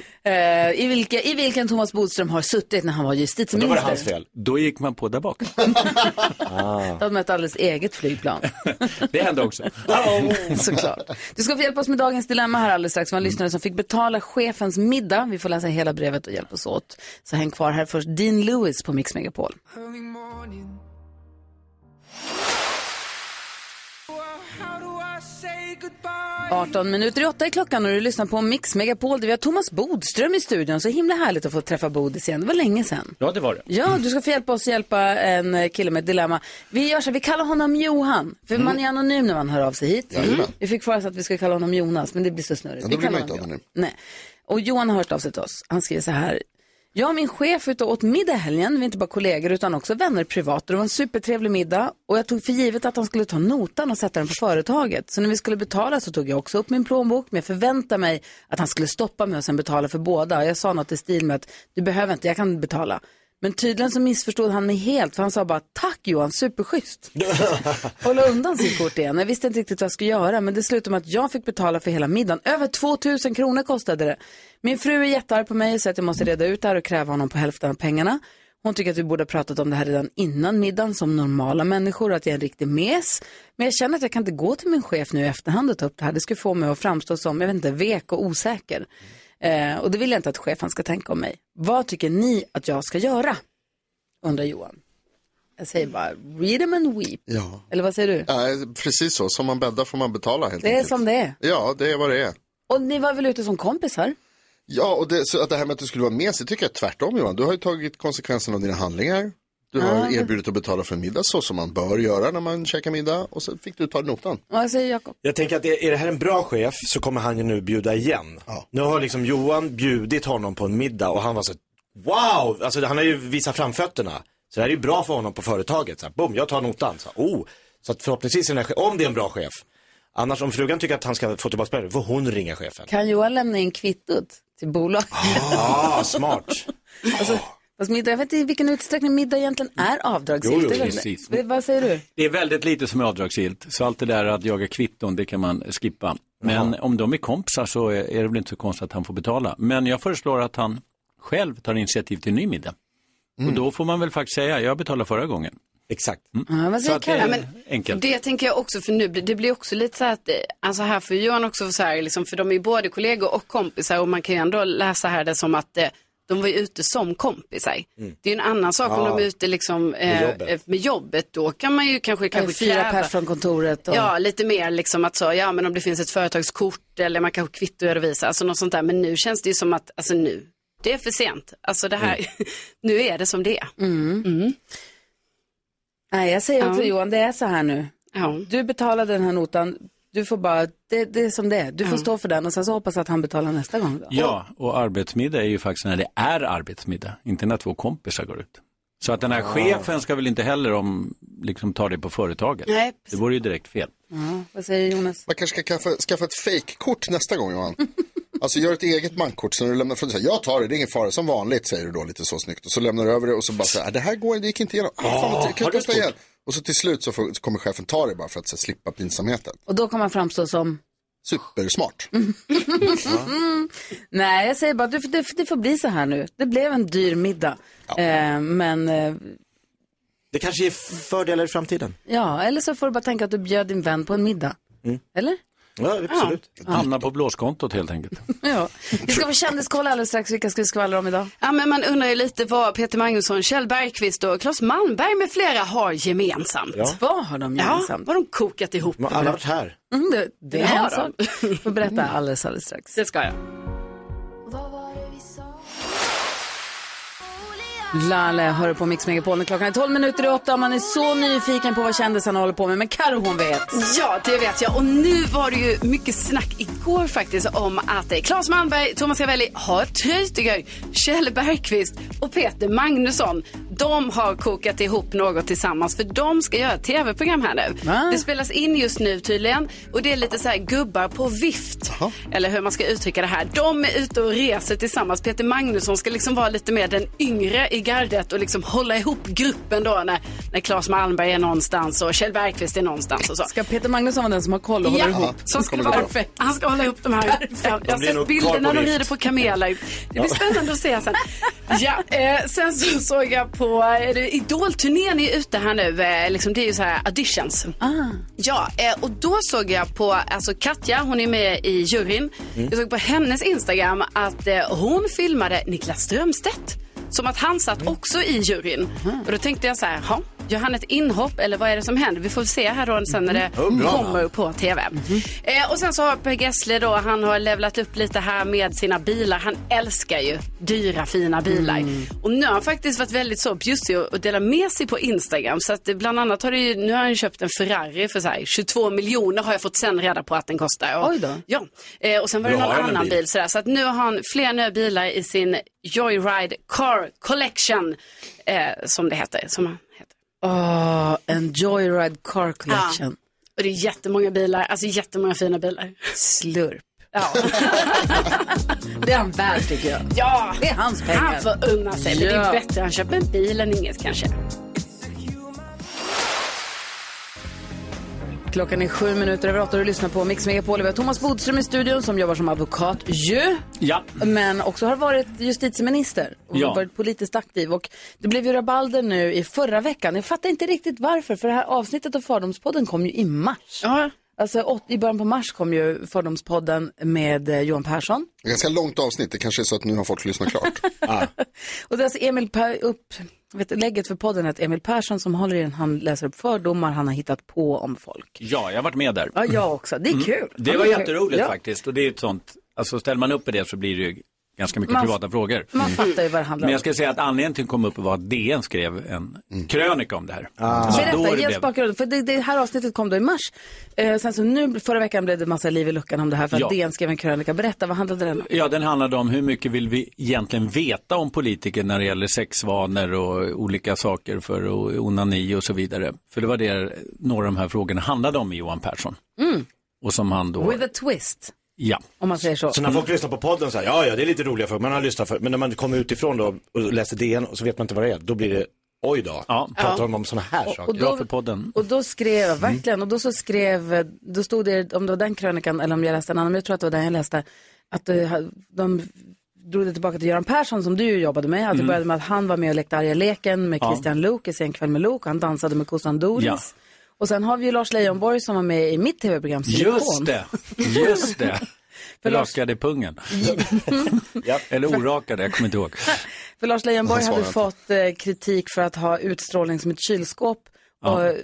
[SPEAKER 1] Eh, i, vilka, I vilken Thomas Bodström har suttit när han var
[SPEAKER 3] Då
[SPEAKER 1] justitieminister.
[SPEAKER 3] var det hans fel.
[SPEAKER 12] Då gick man på där bak.
[SPEAKER 6] Ah.
[SPEAKER 1] Då hade man ett alldeles eget flygplan.
[SPEAKER 12] Det hände också.
[SPEAKER 1] Såklart. Du ska få hjälpa oss med dagens dilemma här alldeles strax. Det var en lyssnare som fick betala chefens middag. Vi får läsa hela brevet och hjälpas åt. Så häng kvar här först. Dean Lewis på Mix Megapol.
[SPEAKER 13] How do I say goodbye?
[SPEAKER 1] 18 minuter i 8 är klockan och du lyssnar på Mix Megapol där vi har Thomas Bodström i studion. Så himla härligt att få träffa Bodis igen. Det var länge sedan.
[SPEAKER 12] Ja, det var det.
[SPEAKER 1] Ja, du ska få hjälpa oss att hjälpa en eh, kille med ett dilemma. Vi gör så här, vi kallar honom Johan, för man är anonym när man hör av sig hit.
[SPEAKER 5] Jajamän.
[SPEAKER 1] Vi fick för oss att vi ska kalla honom Jonas, men det blir så snurrigt.
[SPEAKER 5] Ja,
[SPEAKER 1] vi
[SPEAKER 5] då blir
[SPEAKER 1] kallar
[SPEAKER 5] man inte
[SPEAKER 1] honom
[SPEAKER 5] anonym.
[SPEAKER 1] Nej. Och Johan har hört av sig till oss. Han skriver så här. Jag och min chef var ute och åt middag i helgen. Vi är inte bara kollegor utan också vänner privat. Och Det var en supertrevlig middag och jag tog för givet att han skulle ta notan och sätta den på företaget. Så när vi skulle betala så tog jag också upp min plånbok men jag förväntade mig att han skulle stoppa mig och sen betala för båda. Och Jag sa något i stil med att du behöver inte, jag kan betala. Men tydligen så missförstod han mig helt för han sa bara tack Johan, superschysst. och la undan sitt kort igen. Jag visste inte riktigt vad jag skulle göra men det slutade med att jag fick betala för hela middagen. Över 2000 kronor kostade det. Min fru är jättearg på mig och säger att jag måste reda ut det här och kräva honom på hälften av pengarna. Hon tycker att vi borde ha pratat om det här redan innan middagen som normala människor och att jag är en riktig mes. Men jag känner att jag kan inte gå till min chef nu i efterhand och ta upp det här. Det skulle få mig att framstå som, jag vet inte, vek och osäker. Eh, och det vill jag inte att chefen ska tänka om mig. Vad tycker ni att jag ska göra? Undrar Johan. Jag säger bara, read them and weep.
[SPEAKER 5] Ja.
[SPEAKER 1] Eller vad säger du?
[SPEAKER 5] Nej, precis så, som man bäddar får man betala helt
[SPEAKER 1] Det är
[SPEAKER 5] enkelt.
[SPEAKER 1] som det är.
[SPEAKER 5] Ja, det är vad det är.
[SPEAKER 1] Och ni var väl ute som kompisar?
[SPEAKER 5] Ja, och det, så att det här med att du skulle vara med sig tycker jag är tvärtom Johan. Du har ju tagit konsekvensen av dina handlingar. Du har
[SPEAKER 1] Ja.
[SPEAKER 5] erbjudit att betala för en middag så som man bör göra när man käkar middag och så fick du ta notan.
[SPEAKER 1] Vad säger Jakob?
[SPEAKER 3] Jag tänker att är är det här en bra chef så kommer han ju nu bjuda igen. Nu har liksom Johan bjudit honom på en middag och han var så wow, alltså han har ju visat framfötterna. Så det här är ju bra för honom på företaget. Så här, boom, jag tar notan. Så, här, oh. så att förhoppningsvis är den här, che- om det är en bra chef. Annars om frugan tycker att han ska få tillbaka pengarna, får hon ringa chefen.
[SPEAKER 1] Kan Johan lämna in kvittot till bolaget?
[SPEAKER 3] Ah, smart.
[SPEAKER 1] Fast middag, jag vet inte i vilken utsträckning middag egentligen är avdragsgill.
[SPEAKER 12] Jo, jo,
[SPEAKER 1] Det är väl-
[SPEAKER 12] precis.
[SPEAKER 1] det- Vad säger du?
[SPEAKER 12] Det är väldigt lite som är avdragsgillt, så allt det där att jaga kvitton, det kan man skippa. Men om de är kompisar så är är det väl inte så konstigt att han får betala. Men jag föreslår att han själv tar initiativ till en ny middag.
[SPEAKER 6] Mm.
[SPEAKER 12] Och då får man väl faktiskt säga, jag betalade förra gången. Mm.
[SPEAKER 3] Exakt.
[SPEAKER 1] Ja, vad
[SPEAKER 12] så
[SPEAKER 1] säger
[SPEAKER 12] att det är
[SPEAKER 6] Karin? Ja,
[SPEAKER 12] enkelt.
[SPEAKER 6] Det tänker jag också, för nu blir, det blir också lite så här att, eh, alltså här får Johan också så här, liksom, för de är ju både kollegor och kompisar och man kan ju ändå läsa här det som att eh, de var ju ute som kompisar.
[SPEAKER 1] Mm.
[SPEAKER 6] Det är ju en annan sak om
[SPEAKER 1] Ja.
[SPEAKER 6] de är ute liksom, eh, med,
[SPEAKER 1] Med jobbet.
[SPEAKER 6] jobbet. med jobbet, då kan man ju kanske, kanske
[SPEAKER 1] Fyra
[SPEAKER 6] kräva.
[SPEAKER 1] pers från kontoret. Och...
[SPEAKER 6] Ja, lite mer liksom att så, ja men om det finns ett företagskort eller man kanske kvittoredovisa, alltså något sånt där. Men nu känns det ju som att, alltså nu, det är för sent. Alltså det här, nu är det som det är.
[SPEAKER 1] Mm. Nej, jag säger också
[SPEAKER 6] Ja.
[SPEAKER 1] Johan, det är så här nu. Du betalade den här notan, du får bara, det, det är som det är. Du får stå för den och sen så hoppas jag att han betalar nästa gång. Då.
[SPEAKER 12] Ja, och arbetsmiddag är ju faktiskt när det är arbetsmiddag, inte när två kompisar går ut. Så att den här
[SPEAKER 1] Ah.
[SPEAKER 12] chefen ska väl inte heller om, liksom, ta det på företaget.
[SPEAKER 1] Nej,
[SPEAKER 12] det vore ju direkt fel.
[SPEAKER 1] Ja, vad säger Jonas?
[SPEAKER 5] Man kanske ska skaffa, skaffa ett fejkkort nästa gång Johan. alltså gör ett eget bankkort som du lämnar från dig. Jag tar det, det är ingen fara, som vanligt säger du då lite så snyggt. Och så lämnar du över det och så bara så här, det här går, det gick inte igenom. Ah, fan, vad-
[SPEAKER 1] Ah,
[SPEAKER 5] kan jag
[SPEAKER 1] har du
[SPEAKER 5] testa
[SPEAKER 1] ett kort?
[SPEAKER 5] igen? Och så till slut så, får, så kommer chefen ta det bara för att så här, slippa pinsamheten.
[SPEAKER 1] Och då kommer han framstå som,
[SPEAKER 5] Supersmart.
[SPEAKER 1] nej jag säger bara, du, det, det får bli så här nu. Det blev en dyr middag. Eh, men eh,
[SPEAKER 3] Det kanske ger fördelar i framtiden.
[SPEAKER 1] ja, eller så får du bara tänka att du bjöd din vän på en middag. Eller?
[SPEAKER 3] Mm. Ja, absolut.
[SPEAKER 12] Hamna på blåskontot helt enkelt.
[SPEAKER 1] Ja. Vi ska få kändiskoll alldeles strax, vilka ska vi skvallra om idag?
[SPEAKER 6] Ja, men man undrar ju lite vad Peter Magnusson, Kjell Bergqvist och Claes Malmberg med flera har gemensamt.
[SPEAKER 1] Ja. Vad har de gemensamt?
[SPEAKER 6] Ja, vad har de kokat ihop?
[SPEAKER 1] Men alla har varit
[SPEAKER 3] här.
[SPEAKER 1] Mm, det, det,
[SPEAKER 6] Det
[SPEAKER 1] är
[SPEAKER 6] har
[SPEAKER 1] en sak. får berätta alldeles, alldeles strax.
[SPEAKER 6] Det ska jag.
[SPEAKER 1] Lalle hör på Mix Megapol när klockan är 12 minuter i åtta. Man är så nyfiken på vad kändisarna håller på med, men Karo hon vet.
[SPEAKER 6] Ja, det vet jag. Och nu var det ju mycket snack igår faktiskt om att eh, Claes Malmberg, Thomas Ravelli har Treutiger, Kjell Bergqvist och Peter Magnusson. De har kokat ihop något tillsammans för de ska göra ett tv-program här nu. Det spelas in just nu tydligen och det är lite så här gubbar på vift. Eller hur man ska uttrycka det här. De är ute och reser tillsammans. Peter Magnusson ska liksom vara lite mer den yngre i gardet och liksom hålla ihop gruppen då när, när Claes Malmberg är någonstans och Kjell Bergqvist är någonstans och så.
[SPEAKER 1] Ska Peter Magnusson vara den som har koll och håller ihop?
[SPEAKER 6] Så ska det
[SPEAKER 1] Kommer
[SPEAKER 6] vara.
[SPEAKER 1] gå bra.
[SPEAKER 6] Han ska hålla ihop de här. Jag
[SPEAKER 1] De
[SPEAKER 6] jag har sett
[SPEAKER 1] blir nog
[SPEAKER 6] bilder
[SPEAKER 1] kvar på
[SPEAKER 6] när de
[SPEAKER 1] vift.
[SPEAKER 6] rider på kameler. Det blir
[SPEAKER 1] Ja.
[SPEAKER 6] spännande att se sen. Ja, eh, sen så såg jag på eh, det- Idol-turnén är ute här nu. Eh, liksom, det är ju så här auditions.
[SPEAKER 2] Ah.
[SPEAKER 6] Ja, eh, och då såg jag på alltså Katja, hon är med i juryn.
[SPEAKER 2] Mm.
[SPEAKER 6] Jag såg på hennes Instagram att eh, hon filmade Niklas Strömstedt. Som att han satt
[SPEAKER 2] Mm.
[SPEAKER 6] också i juryn. Och då tänkte jag så här, "Ha, gör han ett inhopp eller vad är det som händer? Vi får se här då sen när det
[SPEAKER 2] Mm. Oh, bra.
[SPEAKER 6] kommer på tv. Eh, och sen så har Per Gessle då, han har levlat upp lite här med sina bilar. Han älskar ju dyra fina bilar.
[SPEAKER 1] Mm.
[SPEAKER 6] Och nu har han faktiskt varit väldigt så bjussig och och delat med sig på Instagram. Så att eh, bland annat har det ju, nu har han köpt en Ferrari för så här 22 miljoner har jag fått sen reda på att den kostar. Och,
[SPEAKER 1] Oj då.
[SPEAKER 6] Ja, eh, och sen var det
[SPEAKER 1] Då
[SPEAKER 6] någon
[SPEAKER 1] har han en
[SPEAKER 6] annan bil.
[SPEAKER 1] bil.
[SPEAKER 6] sådär. Så att nu har han flera nya bilar i sin Joyride Car Collection, eh, som det heter. Som han
[SPEAKER 1] Åh, en Joyride Ah, Car Collection.
[SPEAKER 6] Och det är jättemånga bilar, alltså jättemånga fina bilar.
[SPEAKER 1] Slurp. Det är han värd tycker jag.
[SPEAKER 6] Ja,
[SPEAKER 1] det är hans pengar.
[SPEAKER 6] Han får unna sig, men det
[SPEAKER 1] Ja.
[SPEAKER 6] är bättre. Han köper en bil än inget kanske.
[SPEAKER 1] Klockan är sju minuter över åtta och du lyssnar på Mix Megapol. Vi har Thomas Bodström i studion som jobbar som advokat ju,
[SPEAKER 12] Ja.
[SPEAKER 1] men också har varit justitieminister och
[SPEAKER 12] Ja.
[SPEAKER 1] varit politiskt aktiv. Och det blev ju rabalder nu i förra veckan. Jag fattar inte riktigt varför, för det här avsnittet av Fördomspodden kom ju i mars. Alltså åt, i början på mars kom ju Fördomspodden med eh, Johan Persson.
[SPEAKER 5] Det är ganska långt avsnitt, det kanske är så att nu har folk lyssnat klart.
[SPEAKER 1] Och det är alltså Emil per, upp, vet, lägget för podden är att Emil Persson som håller i den, han läser upp fördomar han har hittat på om folk.
[SPEAKER 12] Ja, jag har varit med där.
[SPEAKER 1] Ja, jag också. Det är kul.
[SPEAKER 12] Mm. Det
[SPEAKER 1] Ja,
[SPEAKER 12] var
[SPEAKER 1] är kul.
[SPEAKER 12] jätteroligt
[SPEAKER 1] Ja.
[SPEAKER 12] faktiskt. Och det är ju ett sånt, alltså ställer man upp i det så blir det ju ganska mycket
[SPEAKER 1] Man-
[SPEAKER 12] privata frågor. Mm.
[SPEAKER 1] Man fattar ju vad det handlar
[SPEAKER 12] Men
[SPEAKER 1] om.
[SPEAKER 12] jag ska säga att anledningen till att det kom upp var att DN skrev en
[SPEAKER 3] Mm.
[SPEAKER 12] krönika om det här. Ah.
[SPEAKER 1] Berätta, ge oss bakgrunden. För det, det här avsnittet kom då i mars. Eh, sen så nu, förra veckan blev det massa liv i luckan om det här för att
[SPEAKER 12] Ja.
[SPEAKER 1] DN skrev en krönika. Berätta, vad handlade den om?
[SPEAKER 12] Ja, den handlade om hur mycket vill vi egentligen veta om politiker när det gäller sexvanor och olika saker för o- onani och så vidare. För det var det några av de här frågorna handlade om i Johan Persson.
[SPEAKER 1] Mm.
[SPEAKER 12] Och som han då,
[SPEAKER 1] With a twist,
[SPEAKER 12] ja.
[SPEAKER 1] om man säger så.
[SPEAKER 3] Så när folk lyssnar på podden så här, ja ja det är lite roliga frågor, man har lyssnat för Men när man kommer utifrån då och läser DN och så vet man inte vad det är, då blir det, oj då, pratar de om sådana här
[SPEAKER 1] Och- och
[SPEAKER 3] saker?
[SPEAKER 1] då- Ja, för
[SPEAKER 12] podden.
[SPEAKER 1] Mm. Och då skrev,
[SPEAKER 12] Mm.
[SPEAKER 1] jag verkligen, och då så skrev, då stod det, om det var den krönikan eller om jag läste en annan, men jag tror att det var den jag läste, att eh, de drog det tillbaka till Göran Persson som du ju jobbade med, att det
[SPEAKER 12] Mm.
[SPEAKER 1] började med att han var med och lekte arga leken med
[SPEAKER 12] Ja.
[SPEAKER 1] Christian Luuk i En kväll med Luuk, och han dansade med kossan Doris.
[SPEAKER 12] Ja.
[SPEAKER 1] Och sen har vi ju Lars Leijonborg som var med i mitt tv-program Silikon.
[SPEAKER 12] Just det, just det. Rakade pungen. Eller orakade, jag kommer inte ihåg.
[SPEAKER 1] För Lars Leijonborg
[SPEAKER 12] Han svarar
[SPEAKER 1] hade
[SPEAKER 12] inte.
[SPEAKER 1] fått eh, kritik för att ha utstrålning som ett kylskåp.
[SPEAKER 12] Ja. Mm.
[SPEAKER 1] Och,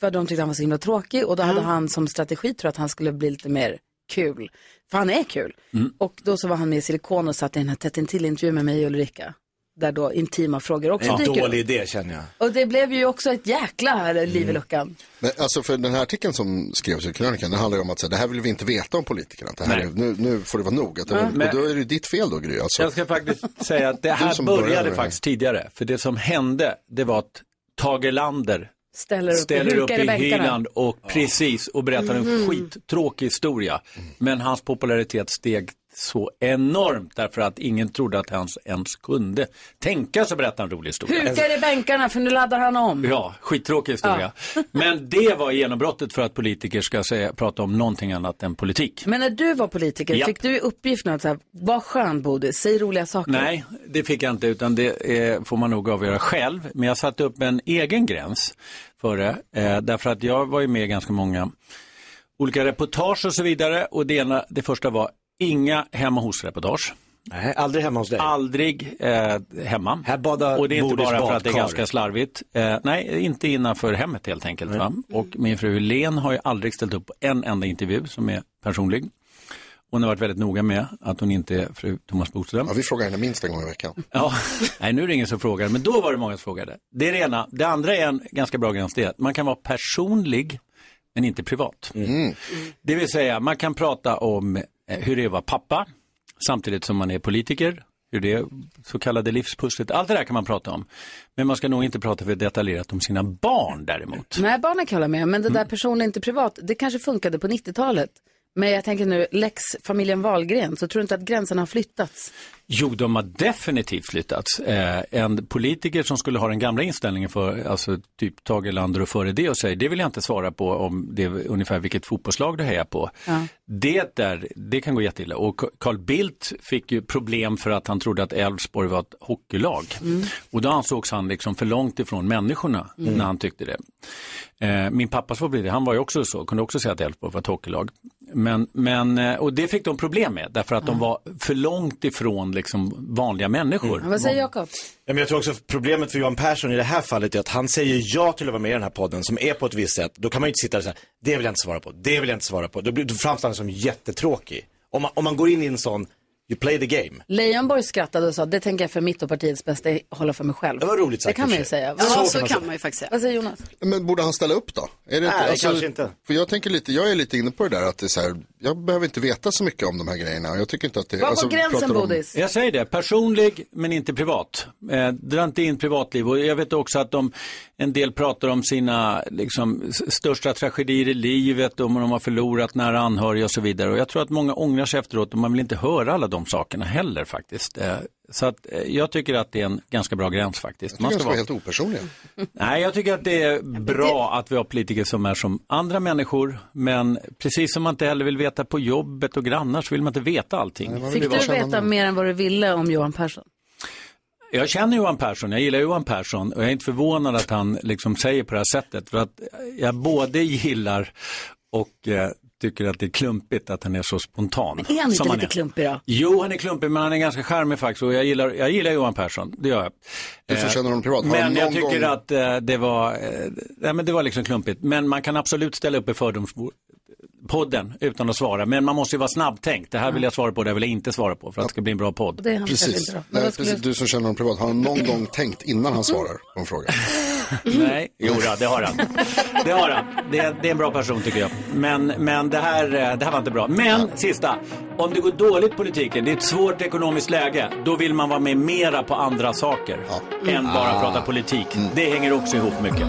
[SPEAKER 1] för de tyckte han var så himla tråkig och då hade han som strategi tror jag, att han skulle bli lite mer kul. För han är kul. Mm. Och då så var han med i Silikon och satt i den här tätt intill intervju med mig och Ulrika. Där då intima frågor också
[SPEAKER 3] en
[SPEAKER 1] dyker
[SPEAKER 3] dålig
[SPEAKER 1] upp.
[SPEAKER 3] idé känner jag.
[SPEAKER 1] Och det blev ju också ett jäkla här
[SPEAKER 12] Mm.
[SPEAKER 1] liv i luckan.
[SPEAKER 5] Men, alltså för den här artikeln som skrevs i krönikan, den handlar ju om att så här, det här vill vi inte veta om politikerna. Att Det här
[SPEAKER 12] Nej.
[SPEAKER 5] är, nu, nu får det vara nog. Att det,
[SPEAKER 12] Mm.
[SPEAKER 5] och då är det ju ditt fel då Gry. Alltså.
[SPEAKER 12] Jag ska faktiskt säga att det
[SPEAKER 5] Du
[SPEAKER 12] här
[SPEAKER 5] som
[SPEAKER 12] började
[SPEAKER 5] började.
[SPEAKER 12] faktiskt tidigare. För det som hände, det var att Tage Lander
[SPEAKER 1] Ställer upp,
[SPEAKER 12] ställer upp
[SPEAKER 1] hukar
[SPEAKER 12] i
[SPEAKER 1] bänkarna.
[SPEAKER 12] hyllan och precis och berättar en
[SPEAKER 1] Mhm.
[SPEAKER 12] skittråkig historia. Men hans popularitet steg så enormt därför att ingen trodde att han ens kunde tänka sig att berätta en rolig historia.
[SPEAKER 1] Hukar i bänkarna för nu laddar han om.
[SPEAKER 12] Alltså- Ja, skittråkig historia. Men det var genombrottet för att politiker ska säga, prata om någonting annat än politik.
[SPEAKER 1] Men när du var politiker,
[SPEAKER 12] Ja.
[SPEAKER 1] fick du i uppgift nu att så här, var skön Bodis, säg roliga saker.
[SPEAKER 12] Nej, det fick jag inte utan det eh, får man nog avgöra själv. Men jag satte upp en egen gräns för det. Eh, därför att jag var ju med i ganska många olika reportage och så vidare. Och det, ena, det första var inga hemma hos-reportage.
[SPEAKER 3] Nej, aldrig hemma hos dig?
[SPEAKER 12] Aldrig eh, hemma. Här
[SPEAKER 3] badar
[SPEAKER 12] och det är inte
[SPEAKER 3] Bodis
[SPEAKER 12] bara för att det är
[SPEAKER 3] badkar.
[SPEAKER 12] ganska slarvigt. Eh, nej, inte innanför hemmet helt enkelt. Va? Och min fru Len har ju aldrig ställt upp på en enda intervju som är personlig. Hon har varit väldigt noga med att hon inte är fru Thomas Bodström.
[SPEAKER 5] Ja, vi frågar henne minst en gång i veckan.
[SPEAKER 12] Ja, nej nu är det ingen som frågar, men då var det många som frågade. Det är det ena. Det andra är en ganska bra gräns, det är att man kan vara personlig, men inte privat.
[SPEAKER 5] Mm.
[SPEAKER 12] Det vill säga, man kan prata om eh, hur det är att vara pappa, samtidigt som man är politiker, hur det är, så kallade livspusslet, allt det där kan man prata om. Men man ska nog inte prata för detaljerat om sina barn däremot.
[SPEAKER 1] Nej, barnen kan jag hålla med om, men det där personligen inte privat, det kanske funkade på 90-talet. Men jag tänker nu, Lex familjen Wahlgren, så tror du inte att gränserna har flyttats?
[SPEAKER 12] Jo, de har definitivt flyttats. Eh, en politiker som skulle ha den gamla inställningen för, alltså typ Tage Erlander och före det och säger, det vill jag inte svara på om det är ungefär vilket fotbollslag du hejar på.
[SPEAKER 1] Ja.
[SPEAKER 12] Det där, det kan gå jätteilla. Och Carl Bildt fick ju problem för att han trodde att Elfsborg var ett hockeylag. Och då ansågs han liksom för långt ifrån människorna
[SPEAKER 11] Mm.
[SPEAKER 12] när han tyckte det. Eh, min pappas favorit, han var ju också så, kunde också säga att Elfsborg var ett hockeylag. Men, men, eh, och det fick de problem med, därför att de var för långt ifrån liksom, vanliga människor.
[SPEAKER 1] Mm. Vad säger Jakob?
[SPEAKER 3] Ja, men jag tror också att problemet för Johan Persson i det här fallet är att han säger ja till att vara med i den här podden som är på ett visst sätt. Då kan man ju inte sitta där och säga, det vill jag inte svara på, det vill jag inte svara på. Då, blir, då framstår han som jättetråkig. Om man, om man går in i en sån, you play the game.
[SPEAKER 1] Leijonborg skrattade och sa, det tänker jag för mitt och partiets bästa hålla för mig själv. Det
[SPEAKER 3] var roligt
[SPEAKER 1] Det
[SPEAKER 3] sagt
[SPEAKER 1] kan
[SPEAKER 3] i och
[SPEAKER 1] man ju
[SPEAKER 3] för sig.
[SPEAKER 1] säga.
[SPEAKER 5] Ja, så kan man
[SPEAKER 1] ju faktiskt säga. Vad säger Jonas?
[SPEAKER 5] Men borde han ställa upp då? Är alltså,
[SPEAKER 3] Nej, kanske inte.
[SPEAKER 5] För jag tänker lite, jag är lite inne på det där att det är så här, jag behöver inte veta så mycket om de här grejerna. Jag tycker inte att det... alltså,
[SPEAKER 1] Var går gränsen,
[SPEAKER 5] pratar om-
[SPEAKER 1] Bodis?
[SPEAKER 12] Jag säger det, personlig men inte privat. Eh, dra inte in privatliv. Och jag vet också att de, en del pratar om sina liksom, s- största tragedier i livet, om de har förlorat nära anhöriga och så vidare. Och jag tror att många ångrar sig efteråt och man vill inte höra alla de sakerna heller faktiskt. Eh, så att, eh, jag tycker att det är en ganska bra gräns faktiskt.
[SPEAKER 5] Jag tycker de ska vara helt opersonliga.
[SPEAKER 12] Nej, jag tycker att det är bra att vi har politiker som är som andra människor, men precis som man inte heller vill veta på jobbet och grannar så vill man inte veta allting.
[SPEAKER 1] Fick du veta mer än vad du ville om Johan Persson?
[SPEAKER 12] Jag känner Johan Persson, jag gillar Johan Persson och jag är inte förvånad att han liksom säger på det här sättet för att jag både gillar och eh, tycker att det är klumpigt att han är så spontan.
[SPEAKER 1] Är han inte
[SPEAKER 12] som han
[SPEAKER 1] lite klumpig då?
[SPEAKER 12] Jo, han är klumpig men han är ganska charmig faktiskt och jag gillar, jag gillar Johan Persson, det gör jag.
[SPEAKER 5] Du som
[SPEAKER 12] Eh,
[SPEAKER 5] känner honom privat, har han
[SPEAKER 12] Men jag
[SPEAKER 5] någon
[SPEAKER 12] tycker
[SPEAKER 5] gång-
[SPEAKER 12] att eh, det var, eh, nej, men det var liksom klumpigt. Men man kan absolut ställa upp i fördomspodden utan att svara. Men man måste ju vara snabbtänkt. Det här
[SPEAKER 1] Mm.
[SPEAKER 12] vill jag svara på, det här vill jag inte svara på för att det ska bli en bra podd.
[SPEAKER 5] Precis. Nej, precis. Du som känner honom privat, har han någon gång tänkt innan han svarar på en fråga?
[SPEAKER 12] Nej, jo då, det har han. Det har han. Det, det är en bra person tycker jag. Men, men det, här, eh, det här var inte bra. Men sista, om det går dåligt i politiken, det är ett svårt ekonomiskt läge, då vill man vara med mera på andra saker än bara
[SPEAKER 14] Ah.
[SPEAKER 12] prata politik. Det hänger också ihop mycket.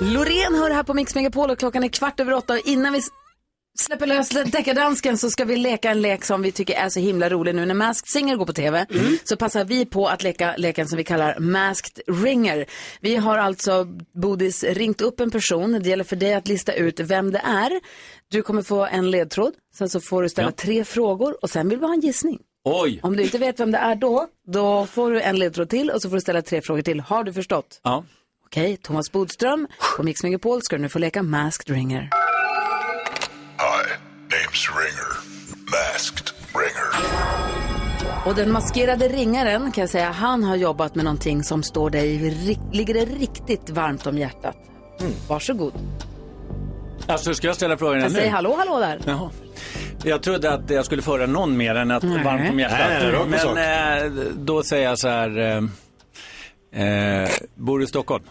[SPEAKER 1] Loreen hör här på Mix Megapol och klockan är kvart över åtta. Och Innan vi s- släpper lös deckardansken så ska vi leka en lek som vi tycker är så himla rolig nu när Masked Singer går på tv.
[SPEAKER 12] Mm.
[SPEAKER 1] Så passar vi på att leka leken som vi kallar Masked Ringer. Vi har alltså, Bodis, ringt upp en person. Det gäller för dig att lista ut vem det är. Du kommer få en ledtråd. Sen så får du ställa tre frågor och sen vill vi ha en gissning.
[SPEAKER 12] Oj!
[SPEAKER 1] Om du inte vet vem det är då, då får du en ledtråd till och så får du ställa tre frågor till. Har du förstått?
[SPEAKER 12] Ja.
[SPEAKER 1] Okej, Thomas Bodström på Mix Megapol ska du nu få leka Masked Ringer.
[SPEAKER 15] Hi, name's Ringer. Masked Ringer.
[SPEAKER 1] Och den maskerade ringaren kan jag säga, han har jobbat med någonting som står dig, ri- ligger dig riktigt varmt om hjärtat.
[SPEAKER 12] Mm.
[SPEAKER 1] Varsågod.
[SPEAKER 12] Alltså, ska jag ställa frågan
[SPEAKER 1] Jag
[SPEAKER 12] nu?
[SPEAKER 1] säger hallå, hallå där.
[SPEAKER 12] Jaha. Jag trodde att jag skulle föra någon mer än att
[SPEAKER 1] Nej.
[SPEAKER 12] varmt om hjärtat.
[SPEAKER 1] Nej, nej, rakt på sak.
[SPEAKER 12] Men eh, då säger jag så här, eh, eh, bor du i Stockholm?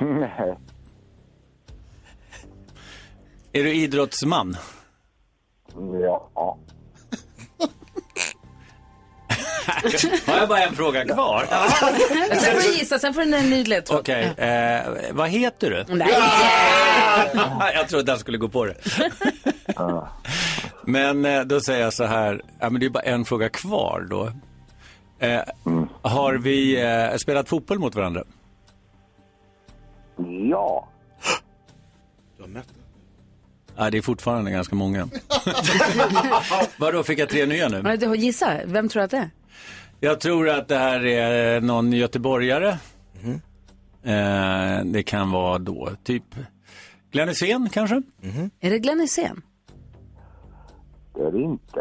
[SPEAKER 12] Nej. Är du idrottsman?
[SPEAKER 16] Ja.
[SPEAKER 12] Har jag bara en fråga kvar?
[SPEAKER 1] Sen får du gissa, sen får du en ny ledtråd.
[SPEAKER 12] Okej, eh, vad heter du?
[SPEAKER 1] Nej.
[SPEAKER 12] jag trodde han skulle gå på det. men eh, då säger jag så här, ja, men det är bara en fråga kvar då. Eh, Har vi eh, spelat fotboll mot varandra?
[SPEAKER 16] Ja.
[SPEAKER 12] Nej, det är fortfarande ganska många. Vadå, fick jag tre nya nu?
[SPEAKER 1] Men du har gissa, vem tror du att det är?
[SPEAKER 12] Jag tror att det här är någon göteborgare. Mhm. Eh, det kan vara då typ Glenn Hysén kanske?
[SPEAKER 1] Är det Glenn Hysén?
[SPEAKER 12] Det är det inte.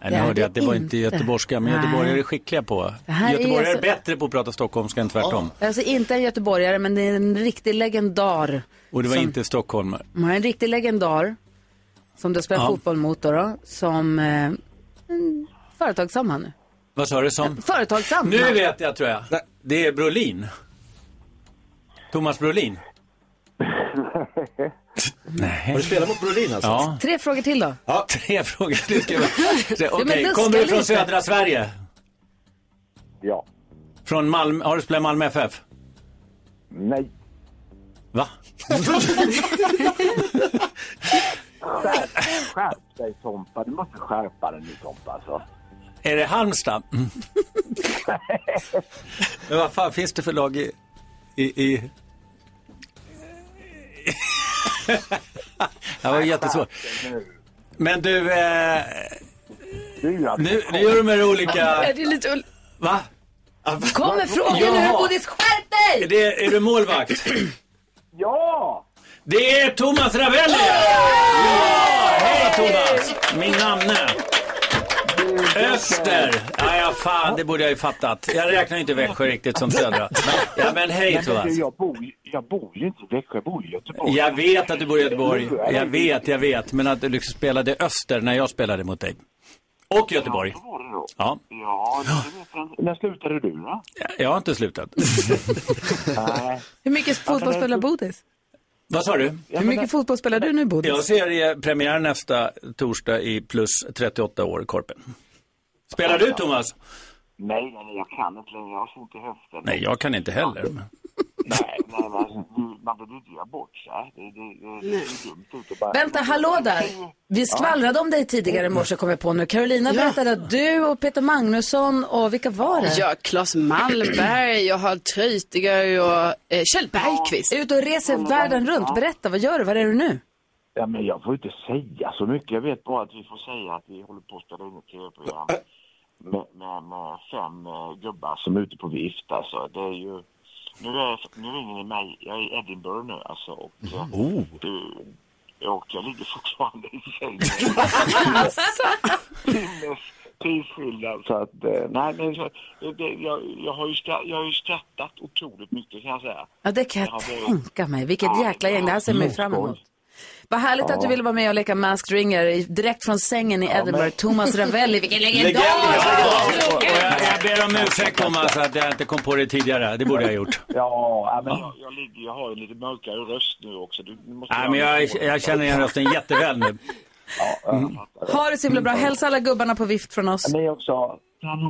[SPEAKER 12] Nej,
[SPEAKER 1] Det
[SPEAKER 12] nu
[SPEAKER 1] är
[SPEAKER 12] hörde jag
[SPEAKER 1] det
[SPEAKER 12] att det var inte
[SPEAKER 1] inte.
[SPEAKER 12] göteborgska, men
[SPEAKER 1] Nej.
[SPEAKER 12] göteborgare är skickliga på.
[SPEAKER 1] Det här är
[SPEAKER 12] Göteborgare är,
[SPEAKER 1] alltså-
[SPEAKER 12] bättre på att prata stockholmska än tvärtom.
[SPEAKER 1] Alltså inte en göteborgare, men det är en riktig legendar.
[SPEAKER 12] Och det var
[SPEAKER 1] som-
[SPEAKER 12] inte stockholmare.
[SPEAKER 1] Man har en riktig legendar som du har spelat
[SPEAKER 12] Ja.
[SPEAKER 1] fotboll mot då, då som eh, mm, företagsam han nu.
[SPEAKER 12] Vad sa du som?
[SPEAKER 1] Företagsam.
[SPEAKER 12] Nu vet jag tror jag. Det är Brolin. Thomas Brolin. Nej. Har du spelat mot Brolin alltså? Ja.
[SPEAKER 1] Tre frågor till då.
[SPEAKER 12] Ja, tre frågor. Det ska jag- Så,
[SPEAKER 1] men
[SPEAKER 12] Okej,
[SPEAKER 1] luska
[SPEAKER 12] kommer du från
[SPEAKER 1] lite.
[SPEAKER 12] södra Sverige?
[SPEAKER 16] Ja.
[SPEAKER 12] Från Malmö, har du spelat Malmö FF?
[SPEAKER 16] Nej.
[SPEAKER 12] Va?
[SPEAKER 16] Skärp, skärp dig Tompa. Du måste skärpa dig nu Tompa. Alltså.
[SPEAKER 12] Är det Halmstad? Mm. Men vad fan finns det för lag i... i, i... det var ju jättesvårt. Men du... Eh... Nu, nu gör du med olika...
[SPEAKER 6] Det är lite... ul-
[SPEAKER 12] Va?
[SPEAKER 1] Kommer frågan nu, Bodis? Skärp dig!
[SPEAKER 12] Är, det, är du målvakt?
[SPEAKER 16] Ja!
[SPEAKER 12] Det är Thomas Ravelli! Ja! Hej Thomas! Min namne. Öster! Ja, ja, fan, det borde jag ju fattat. Jag räknar inte Växjö riktigt som södra. Ja, men hej
[SPEAKER 16] Nej, men
[SPEAKER 12] Thomas.
[SPEAKER 16] du, jag, bor, ju- jag bor ju inte i Växjö, jag bor i Göteborg.
[SPEAKER 12] Jag vet att du bor i Göteborg. Jag vet, jag vet. Men att du liksom spelade öster när jag spelade mot dig. Och Göteborg.
[SPEAKER 16] Så var det då.
[SPEAKER 12] Ja,
[SPEAKER 16] Ja, det vet jag. när slutade du då?
[SPEAKER 12] jag har inte slutat.
[SPEAKER 16] Nej.
[SPEAKER 1] Hur mycket fotboll spelar Bodis?
[SPEAKER 12] Vad sa du?
[SPEAKER 1] Hur mycket fotboll spelar du nu Bodis?
[SPEAKER 12] Jag ser eh, premiär nästa torsdag i plus 38 år, Korpen. Spelar du Thomas?
[SPEAKER 16] Nej, nej, nej, jag kan inte längre. Jag har så ont i höften.
[SPEAKER 12] Nej, jag kan inte heller. men-
[SPEAKER 16] Nej, nej, nej. Du- Man behöver inte göra bort sig. Det, det, det, det är dumt att bara...
[SPEAKER 1] Vänta, hallå där! Vi skvallrade om dig tidigare i morse kom jag på nu. Carolina berättade att du och Peter Magnusson och vilka var det?
[SPEAKER 6] Ja, Claes Malmberg, jag har Treutiger och eh, Kjell Bergqvist.
[SPEAKER 1] Är du ute och reser världen runt? Berätta, vad gör du? Var är du nu?
[SPEAKER 16] Ja, men jag får inte säga så mycket. Jag vet bara att vi får säga att vi håller på att spela in ett tv-program med, med, med fem eh, gubbar som är ute på vift. Alltså. Det är ju... Nu, är, nu ringer ni mig. Jag är i Edinburgh nu alltså. Och, eh,
[SPEAKER 5] Mm.
[SPEAKER 12] Oh.
[SPEAKER 16] eh, och jag ligger fortfarande i sängen. Timmes tidsskillnad. Så att, eh, nej, men så, det, jag, jag, har ju skrattat, jag har ju skrattat otroligt mycket kan jag säga.
[SPEAKER 1] Ja, det kan
[SPEAKER 16] Ja,
[SPEAKER 1] jag
[SPEAKER 16] det-
[SPEAKER 1] tänka mig. Vilket jäkla gäng. Det här ser man ju fram emot. Vad härligt att du ville vara med och leka Masked Ringer i- direkt från sängen i Edinburgh. Thomas Ravelli, vilken legendar!
[SPEAKER 12] Och jag, jag ber om ursäkt Thomas att jag inte kom på det tidigare. Det borde jag ha gjort.
[SPEAKER 16] Ja, men jag, jag, ligger, jag har ju lite mörkare röst nu också. Du, du måste
[SPEAKER 12] Nej, men jag, jag känner igen rösten jätteväl nu. Mm.
[SPEAKER 1] Ha det så himla bra. Hälsa alla gubbarna på vift från oss.
[SPEAKER 16] Ni också.
[SPEAKER 12] Ha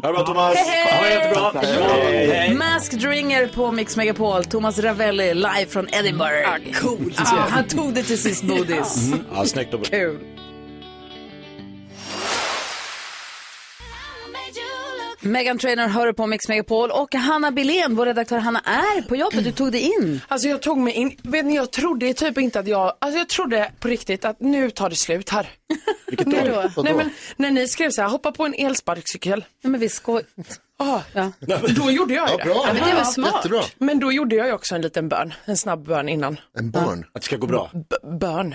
[SPEAKER 12] det bra Thomas.
[SPEAKER 1] Hej, hej!
[SPEAKER 12] Ha det jättebra. Hej.
[SPEAKER 1] Masked Ringer på Mix Megapol. Thomas Ravelli live från Edinburgh. Ah, coolt! Ja, han tog det till sist, Bodis.
[SPEAKER 3] Mm. Ja, snyggt och
[SPEAKER 1] Kul. Megan Trainor hör du på Mix Megapol och Hanna Billén, vår redaktör Hanna, är på jobbet. Du tog dig in.
[SPEAKER 14] Alltså jag tog mig in, vet ni jag trodde typ inte att jag, alltså jag trodde på riktigt att nu tar det slut här.
[SPEAKER 1] Vilket
[SPEAKER 14] nu
[SPEAKER 1] då?
[SPEAKER 14] Nej
[SPEAKER 1] Vadå?
[SPEAKER 14] men när ni skrev så här, hoppa på en elsparkcykel.
[SPEAKER 1] Nej men vi skoj.
[SPEAKER 14] Ah, Då gjorde jag ju
[SPEAKER 5] Ja,
[SPEAKER 14] det.
[SPEAKER 5] bra. Ja, men det var smart. Jättebra.
[SPEAKER 14] Men då gjorde jag ju också en liten bön, en snabb bön innan.
[SPEAKER 5] En barn.
[SPEAKER 3] Att det ska gå bra.
[SPEAKER 14] B- bön.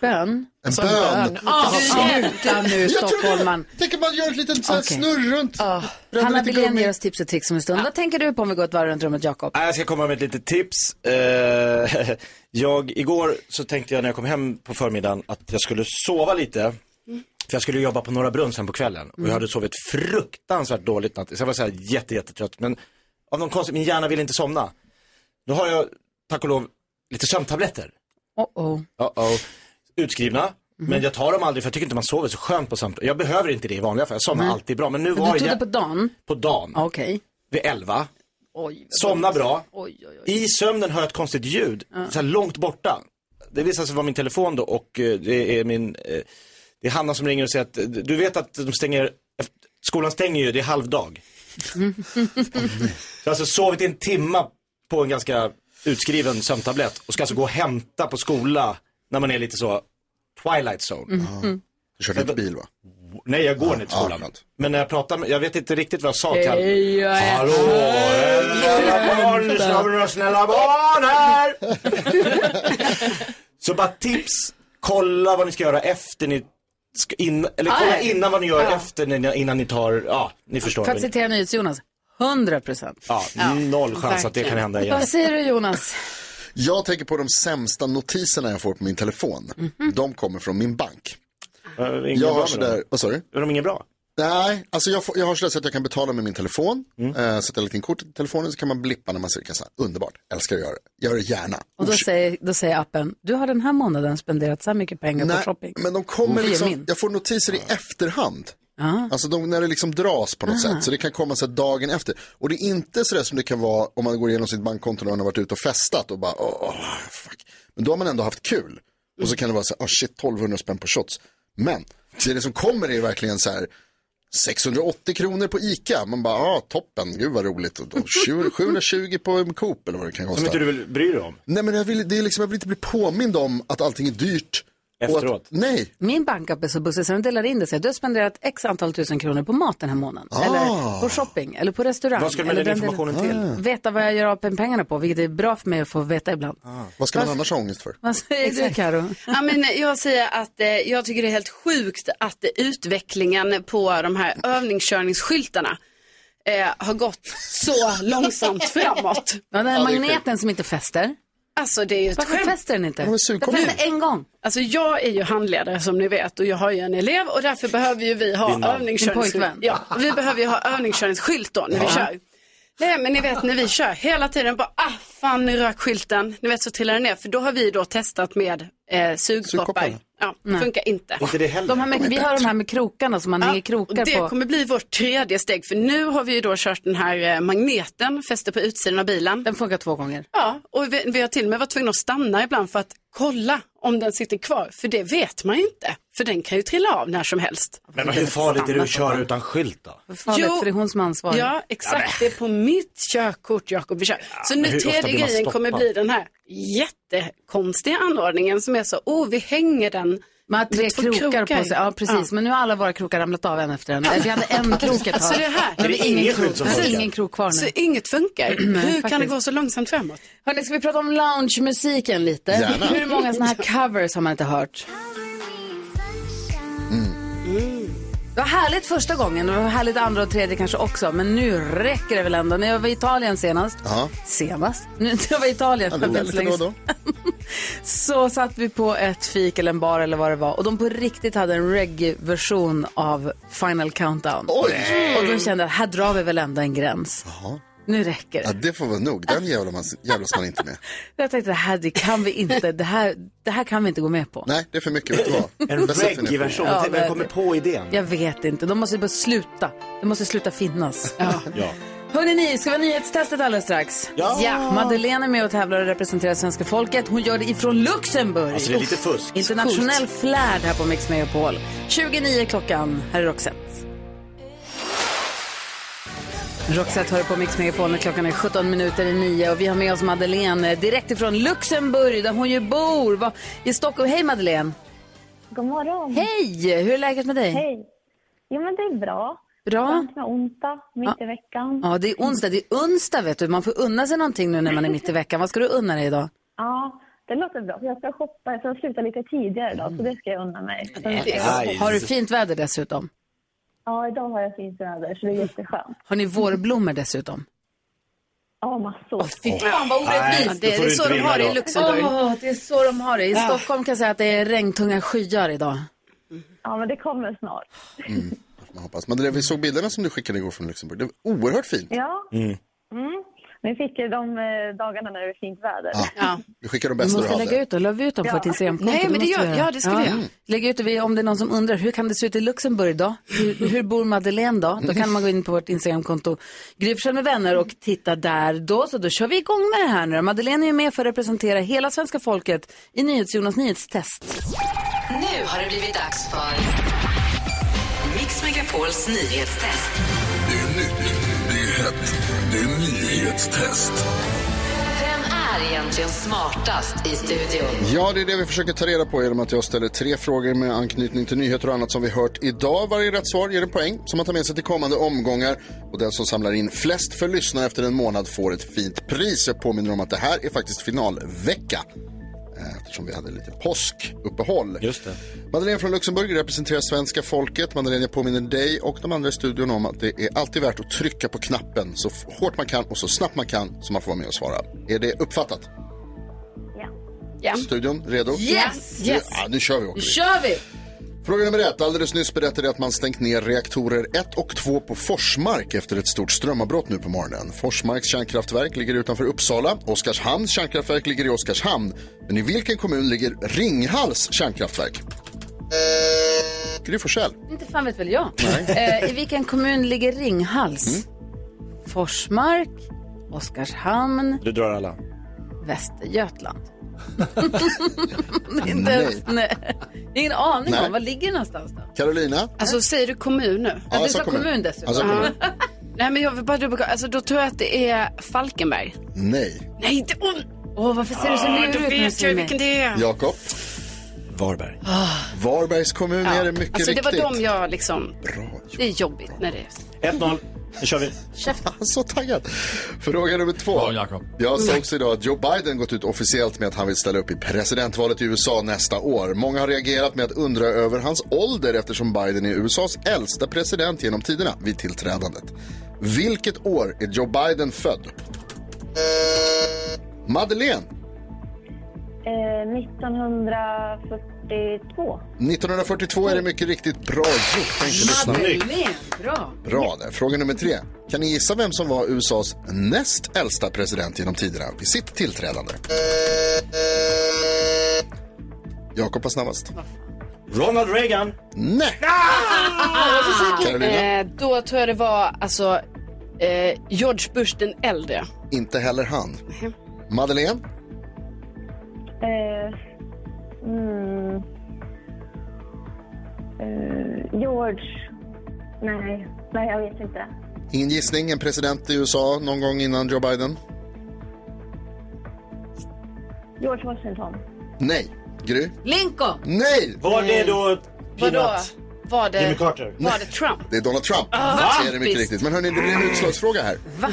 [SPEAKER 1] Bön?
[SPEAKER 5] En
[SPEAKER 14] Som
[SPEAKER 5] bön.
[SPEAKER 14] Ja.
[SPEAKER 1] Sluta nu,
[SPEAKER 5] Jag trodde-
[SPEAKER 1] stockholman.
[SPEAKER 5] Tänk om man gör ett litet så här
[SPEAKER 1] Okej. Ah.
[SPEAKER 5] snurr runt. Bränner
[SPEAKER 1] Hanna
[SPEAKER 5] lite
[SPEAKER 1] Billén
[SPEAKER 5] gummi.
[SPEAKER 1] ger oss tips och tricks om en stund. Vad tänker du på om vi går ett varv runt rummet, Jakob?
[SPEAKER 3] Nej, Jag ska komma med ett litet tips. Eh, jag, igår så tänkte jag när jag kom hem på förmiddagen att jag skulle sova lite.
[SPEAKER 12] Mm.
[SPEAKER 3] För jag skulle jobba på Norra Brunn sen på kvällen. Och
[SPEAKER 1] Mm.
[SPEAKER 3] jag hade sovit fruktansvärt dåligt natt. Så jag var så här jätte, jättetrött. Men av någon konstig, min hjärna vill inte somna. Då har jag, tack och lov, lite sömntabletter.
[SPEAKER 1] Uh-oh.
[SPEAKER 3] Uh-oh. Utskrivna.
[SPEAKER 1] Mhm.
[SPEAKER 3] Men jag tar dem aldrig för jag tycker inte man sover så skönt på sömntabletter. Jag behöver inte det i vanliga fall. Jag somnar
[SPEAKER 1] Nej.
[SPEAKER 3] alltid bra. Men nu
[SPEAKER 1] Men
[SPEAKER 3] var
[SPEAKER 1] du tog
[SPEAKER 3] jag
[SPEAKER 1] det på dagen?
[SPEAKER 3] på dagen.
[SPEAKER 1] Okej.
[SPEAKER 3] Vid elva.
[SPEAKER 1] Oj.
[SPEAKER 3] Somna bra.
[SPEAKER 1] Oj, oj,
[SPEAKER 3] I sömnen hör jag ett konstigt ljud,
[SPEAKER 1] Ja.
[SPEAKER 3] så här långt borta. Det visar sig vara min telefon då och eh, det är min, eh, det är Hanna som ringer och säger att eh, du vet att de stänger, efter- skolan stänger ju, det är halvdag. Jag har alltså sovit i en timma på en ganska utskriven sömntablett och ska alltså gå och hämta på skola när man är lite så twilight zone.
[SPEAKER 14] Mm.
[SPEAKER 5] Du körde inte bil va? Ah,
[SPEAKER 3] Nej, jag går ner till
[SPEAKER 5] Ja,
[SPEAKER 3] skolan. Men när jag pratar med, jag vet inte riktigt vad jag
[SPEAKER 1] Eh,
[SPEAKER 3] sa till han-
[SPEAKER 1] Hej och
[SPEAKER 3] Hallå, snälla barn, nu ska vi några snälla barn här. Så bara tips, kolla vad ni ska göra efter ni, ska in, eller
[SPEAKER 1] Ah,
[SPEAKER 3] kolla
[SPEAKER 1] ja.
[SPEAKER 3] innan vad ni gör
[SPEAKER 1] Ja.
[SPEAKER 3] efter när ni, innan ni tar, ja, ni förstår.
[SPEAKER 1] För att
[SPEAKER 3] väl.
[SPEAKER 1] citera NyhetsJonas, 100 procent.
[SPEAKER 3] Ja, noll chans att det kan hända igen.
[SPEAKER 1] Vad säger du Jonas?
[SPEAKER 5] Jag tänker på de sämsta notiserna jag får på min telefon. De kommer från min bank. jag har sådär, vad sa du?
[SPEAKER 3] Är de inget bra?
[SPEAKER 5] Nej, alltså jag, får, jag har sådär så att jag kan betala med min telefon.
[SPEAKER 3] Mm.
[SPEAKER 5] Eh, sätta lite in kortet i telefonen så kan man blippa när man ser det. Kassa. Underbart, älskar att göra det. Gör det gärna.
[SPEAKER 1] Och då säger, då säger appen, du har den här månaden spenderat så här mycket pengar på shopping.
[SPEAKER 5] men de kommer
[SPEAKER 1] Det är
[SPEAKER 5] liksom,
[SPEAKER 1] min.
[SPEAKER 5] jag får notiser i efterhand. Alltså de, när det liksom dras på något
[SPEAKER 1] Aha.
[SPEAKER 5] sätt. Så det kan komma så här dagen efter. Och det är inte sådär som det kan vara om man går igenom sitt bankkonto när man har varit ute och festat och bara, åh, åh, fuck. Men då har man ändå haft kul. Och så kan det vara så här, oh, shit, 1200 spänn på shots. Men det, det som kommer är verkligen så här, 680 kronor på ICA. Man bara, ah, toppen, gud vad roligt. Och då 20 720 på Coop eller vad det kan kosta.
[SPEAKER 3] Som inte du vill bry dig om.
[SPEAKER 5] Nej men jag vill, det är liksom, jag vill inte bli påmind om att allting är dyrt. Och att, nej.
[SPEAKER 1] Min bankapp är så bussig så den delar in det så här, du har spenderat x antal tusen kronor på mat den här månaden.
[SPEAKER 5] Ah.
[SPEAKER 1] Eller på shopping, eller på restaurang.
[SPEAKER 5] Vad ska du med
[SPEAKER 1] eller
[SPEAKER 5] den
[SPEAKER 1] delen-
[SPEAKER 5] informationen till?
[SPEAKER 1] Veta vad jag gör av pengarna på, vilket är bra för mig att få veta ibland.
[SPEAKER 5] Ah. Vad ska man
[SPEAKER 1] Varför-
[SPEAKER 5] annars ha ångest för?
[SPEAKER 1] Vad säger du
[SPEAKER 6] Exakt.
[SPEAKER 1] Karo?
[SPEAKER 6] Ja, men jag säger att eh, jag tycker det är helt sjukt att eh, utvecklingen på de här övningskörningsskyltarna eh, har gått så långsamt framåt.
[SPEAKER 1] Ja, den här magneten som inte fäster.
[SPEAKER 6] Alltså det är ju ett
[SPEAKER 1] Varför
[SPEAKER 6] skämt.
[SPEAKER 1] fäster den inte?
[SPEAKER 6] Ja, men så
[SPEAKER 1] den
[SPEAKER 6] kom
[SPEAKER 1] fäster en gång.
[SPEAKER 6] Alltså jag är ju handledare som ni vet och jag har ju en elev och därför behöver ju vi
[SPEAKER 1] Din
[SPEAKER 6] ha
[SPEAKER 1] man. Din
[SPEAKER 6] övningskörnings...
[SPEAKER 1] pojkvän.
[SPEAKER 6] Ja, vi behöver ju ha övningskörningsskylt då när vi
[SPEAKER 1] Ja.
[SPEAKER 6] kör. Nej men ni vet när vi kör hela tiden bara ah fan nu rök skylten. Ni vet så trillar den ner för då har vi då testat med eh, sugproppar.
[SPEAKER 1] Sugproppar.
[SPEAKER 6] Ja,
[SPEAKER 1] Nej.
[SPEAKER 6] funkar inte.
[SPEAKER 1] De här med, vi har de här med krokarna som man hänger krokar
[SPEAKER 6] och det
[SPEAKER 1] på.
[SPEAKER 6] kommer bli vårt tredje steg för nu har vi ju då kört den här eh, magneten, fäste på utsidan av bilen.
[SPEAKER 1] Den funkar två gånger.
[SPEAKER 6] Ja, och vi, vi har till och med varit tvungna att stanna ibland för att kolla om den sitter kvar, för det vet man ju inte. För den kan ju trilla av när som helst.
[SPEAKER 3] Men vad- hur farligt är det att köra utan skylt då?
[SPEAKER 1] Vad farligt, för det är hon som är ansvarig.
[SPEAKER 6] Ja, exakt. det är på mitt körkort, Jakob. vi kör. så
[SPEAKER 1] men
[SPEAKER 6] nu
[SPEAKER 1] hur ofta
[SPEAKER 6] tredje
[SPEAKER 1] blir man
[SPEAKER 6] grejen kommer
[SPEAKER 1] stoppad?
[SPEAKER 6] bli den här jättekonstiga anordningen som är så, oh, vi hänger den.
[SPEAKER 1] Man har tre krokar, på sig. Ja, precis. Men nu har alla våra krokar ramlat av en efter en. Vi alltså, hade en krok ett tag.
[SPEAKER 6] Så Alltså, det här.
[SPEAKER 1] Nu har vi ingen krok.
[SPEAKER 6] Alltså,
[SPEAKER 1] Nu har vi ingen krok kvar
[SPEAKER 6] Så
[SPEAKER 1] nu.
[SPEAKER 6] inget funkar. Hur kan det
[SPEAKER 1] faktiskt.
[SPEAKER 6] gå så långsamt framåt?
[SPEAKER 1] Hörni, ska vi prata om loungemusiken lite?
[SPEAKER 6] Gärna.
[SPEAKER 1] Hur många sådana här covers har man inte hört? Det var härligt första gången, det var härligt andra och tredje kanske också, men nu räcker det väl ändå. När jag var i Italien senast,
[SPEAKER 5] Ja.
[SPEAKER 1] senast, nu när jag var i Italien,
[SPEAKER 5] Ja, det
[SPEAKER 1] för
[SPEAKER 5] är
[SPEAKER 1] inte
[SPEAKER 5] lite då
[SPEAKER 1] så
[SPEAKER 5] och då.
[SPEAKER 1] länge sedan, så satt vi på ett fik eller en bar eller vad det var och de på riktigt hade en reggae-version av Final Countdown.
[SPEAKER 5] Oj!
[SPEAKER 1] Och då kände jag, här drar vi väl ändå en gräns.
[SPEAKER 5] Jaha.
[SPEAKER 1] Nu räcker det.
[SPEAKER 5] Ja, det får vara nog. Den jävlar man, jävlas man inte med.
[SPEAKER 1] Jag tänkte det här det kan vi inte, det här, det här kan vi inte gå med på.
[SPEAKER 5] Nej, det är för mycket. Vet du vad?
[SPEAKER 3] En
[SPEAKER 5] Där sätter ni på.
[SPEAKER 3] reggae-version.
[SPEAKER 1] Ja,
[SPEAKER 3] Vem
[SPEAKER 1] men-
[SPEAKER 3] kommer på idén?
[SPEAKER 1] Jag vet inte, de måste bara sluta. De måste sluta finnas.
[SPEAKER 3] Ja.
[SPEAKER 1] Hörrni, ni, ska vi ha nyhetstestet alldeles strax?
[SPEAKER 3] Ja.
[SPEAKER 1] Madeleine är med och tävlar och representerar svenska folket. Hon gör det ifrån Luxemburg.
[SPEAKER 3] Alltså, det är lite fusk.
[SPEAKER 1] Internationell
[SPEAKER 3] Coolt.
[SPEAKER 1] flärd här på Mix Megapol. 29 klockan, här är Roxette. Roxette hör på Mix Megapol när klockan är 17 minuter i 9 och vi har med oss Madeleine eh, direkt ifrån Luxemburg där hon ju bor. Va, I Stockholm. Hej Madeleine!
[SPEAKER 17] God morgon.
[SPEAKER 1] Mm. Hej! Hur är läget med dig?
[SPEAKER 17] Hej. Jo, men det är bra.
[SPEAKER 1] Bra.
[SPEAKER 17] Skönt med onsdag, mitt i veckan.
[SPEAKER 1] Ja, det är onsdag. Det är onsdag vet du. Man får unna sig någonting nu när man är mitt i veckan. Vad ska du unna dig idag?
[SPEAKER 17] Ja, det låter bra. Jag ska shoppa. Jag ska sluta lite tidigare idag, så det ska jag unna mig. Så
[SPEAKER 5] Mm.
[SPEAKER 17] nu ska jag shoppa.
[SPEAKER 1] Eh, Har du fint väder dessutom?
[SPEAKER 17] Ja, idag har jag fint väder, så det är jätteskönt.
[SPEAKER 1] Har ni vårblommor dessutom?
[SPEAKER 17] Ja, massor. Oh,
[SPEAKER 1] fy fan, vad orättvist. Nej, då
[SPEAKER 6] Det
[SPEAKER 1] får
[SPEAKER 6] är
[SPEAKER 1] du
[SPEAKER 6] så de
[SPEAKER 1] inte vinna
[SPEAKER 6] har det i
[SPEAKER 1] då.
[SPEAKER 6] Luxemburg.
[SPEAKER 1] Åh, det är så de har det.
[SPEAKER 17] Ah.
[SPEAKER 1] I Stockholm kan jag säga att det är regntunga skyar idag.
[SPEAKER 17] Ja, men det kommer snart.
[SPEAKER 5] Mm, får man hoppas. Men det där, vi såg bilderna som du skickade igår från Luxemburg. Det var oerhört fint.
[SPEAKER 17] Ja,
[SPEAKER 5] Mm.
[SPEAKER 17] mm. vi fick ju de eh, dagarna när det är fint väder.
[SPEAKER 5] Ja. Vi skickar de
[SPEAKER 1] Vi
[SPEAKER 5] bästa du
[SPEAKER 1] måste
[SPEAKER 5] hade.
[SPEAKER 1] lägga ut dem. La vi ut dem för
[SPEAKER 17] Ja.
[SPEAKER 1] ett Instagramkonto?
[SPEAKER 17] Nej, men det
[SPEAKER 1] måste
[SPEAKER 17] gör-
[SPEAKER 1] vi
[SPEAKER 17] ja, det ska vi göra. Mm.
[SPEAKER 1] Lägg ut det. Vi- Om det är någon som undrar hur kan det se ut i Luxemburg idag? Hur, hur bor Madeleine då? Då kan man gå in på vårt Instagramkonto Gry Forssell med vänner och titta där då. Så då kör vi igång med det här nu. Madeleine är ju med för att representera hela svenska folket i NyhetsJonas nyhetstest.
[SPEAKER 2] Nu har det blivit dags för Mix Megapols nyhetstest.
[SPEAKER 15] Det är nytt, det är hett, det är nyhetstest.
[SPEAKER 2] Vem är egentligen smartast i studion?
[SPEAKER 5] Ja, det är det vi försöker ta reda på genom att jag ställer tre frågor med anknytning till nyheter och annat som vi hört idag. Varje rätt svar ger en poäng som man tar med sig till kommande omgångar. Och den som samlar in flest för lyssnare efter en månad får ett fint pris. Jag påminner om att det här är faktiskt finalvecka. eh, Eftersom vi hade lite påskuppehåll. Just det. Madeleine från Luxemburg representerar svenska folket. Madeleine, jag påminner dig och de andra i studion om att det är alltid värt att trycka på knappen så f- hårt man kan och så snabbt man kan så man får vara med och svara. Är det uppfattat?
[SPEAKER 6] Ja.
[SPEAKER 5] Studion, redo?
[SPEAKER 1] Yes, yes.
[SPEAKER 5] Ja, nu kör vi
[SPEAKER 1] Nu
[SPEAKER 5] Åke.
[SPEAKER 1] kör vi!
[SPEAKER 5] Fråga nummer ett. Alldeles nyss berättade jag att man stängt ner reaktorer 1 och 2 på Forsmark efter ett stort strömavbrott nu på morgonen. Forsmarks kärnkraftverk ligger utanför Uppsala. Oskarshamns kärnkraftverk ligger i Oskarshamn. Men i vilken kommun ligger Ringhals kärnkraftverk? Gry Forssell.
[SPEAKER 1] Inte fan vet väl jag.
[SPEAKER 5] Nej. Mm.
[SPEAKER 1] Eh, I vilken kommun ligger Ringhals? Forsmark, Oskarshamn,
[SPEAKER 3] Du drar alla.
[SPEAKER 1] Västergötland. Det är inte
[SPEAKER 5] Nej.
[SPEAKER 1] ens, nej. Det är Ingen aning
[SPEAKER 5] Nej.
[SPEAKER 1] om. Var ligger det någonstans då?
[SPEAKER 5] Carolina.
[SPEAKER 6] Alltså säger du kommun nu?
[SPEAKER 5] Ja, jag sa kommun. Jag sa kommun.
[SPEAKER 6] Ja. Nej men jag vill bara dubbelkolla, alltså då tror jag att det är Falkenberg.
[SPEAKER 5] Nej.
[SPEAKER 6] Nej, inte hon!
[SPEAKER 1] Åh, varför ser du så lurig ut
[SPEAKER 6] Då
[SPEAKER 1] när du
[SPEAKER 6] vet
[SPEAKER 1] säger
[SPEAKER 6] jag
[SPEAKER 1] mig?
[SPEAKER 6] vilken det är.
[SPEAKER 5] Jakob.
[SPEAKER 3] Varberg.
[SPEAKER 5] Varbergs kommun är det mycket
[SPEAKER 6] Alltså det
[SPEAKER 5] riktigt.
[SPEAKER 6] var de jag liksom,
[SPEAKER 5] Bra.
[SPEAKER 6] det är jobbigt när det är
[SPEAKER 3] 1-0. Nu kör vi.
[SPEAKER 5] Så taggad. Fråga nummer två. Jag såg också idag att Joe Biden gått ut officiellt med att han vill ställa upp i presidentvalet i USA nästa år. Många har reagerat med att undra över hans ålder eftersom Biden är USAs äldsta president genom tiderna vid tillträdandet. Vilket år är Joe Biden född? Madeleine.
[SPEAKER 17] Eh, 1942.
[SPEAKER 5] 1942 är det mycket riktigt bra gjort. Tänk till lyssnarna.
[SPEAKER 1] Bra.
[SPEAKER 5] Bra där. Fråga nummer tre. Kan ni gissa vem som var USAs näst äldsta president genom tiderna vid sitt tillträdande? Jakob var snabbast.
[SPEAKER 3] Ronald Reagan.
[SPEAKER 5] Nej! Carolina?
[SPEAKER 6] Ah, Eh, då tror jag det var alltså eh, George Bush den äldre.
[SPEAKER 5] Inte heller han. Madeleine?
[SPEAKER 17] Eh, mm, eh, George. Nej, nej, jag vet inte.
[SPEAKER 5] Ingen gissning, en president i USA någon gång innan Joe Biden?
[SPEAKER 17] George Washington.
[SPEAKER 5] Nej. Gry?
[SPEAKER 1] Lincoln.
[SPEAKER 5] Nej!
[SPEAKER 3] Var det då
[SPEAKER 6] Vadå?
[SPEAKER 5] Peanut?
[SPEAKER 6] Var det,
[SPEAKER 5] Jimmy Carter.
[SPEAKER 6] Var det Trump?
[SPEAKER 5] Det är Donald Trump.
[SPEAKER 6] Ah,
[SPEAKER 5] det är det mycket
[SPEAKER 6] visst.
[SPEAKER 5] riktigt. Men hörni, det blir en utslagsfråga här.
[SPEAKER 6] Va?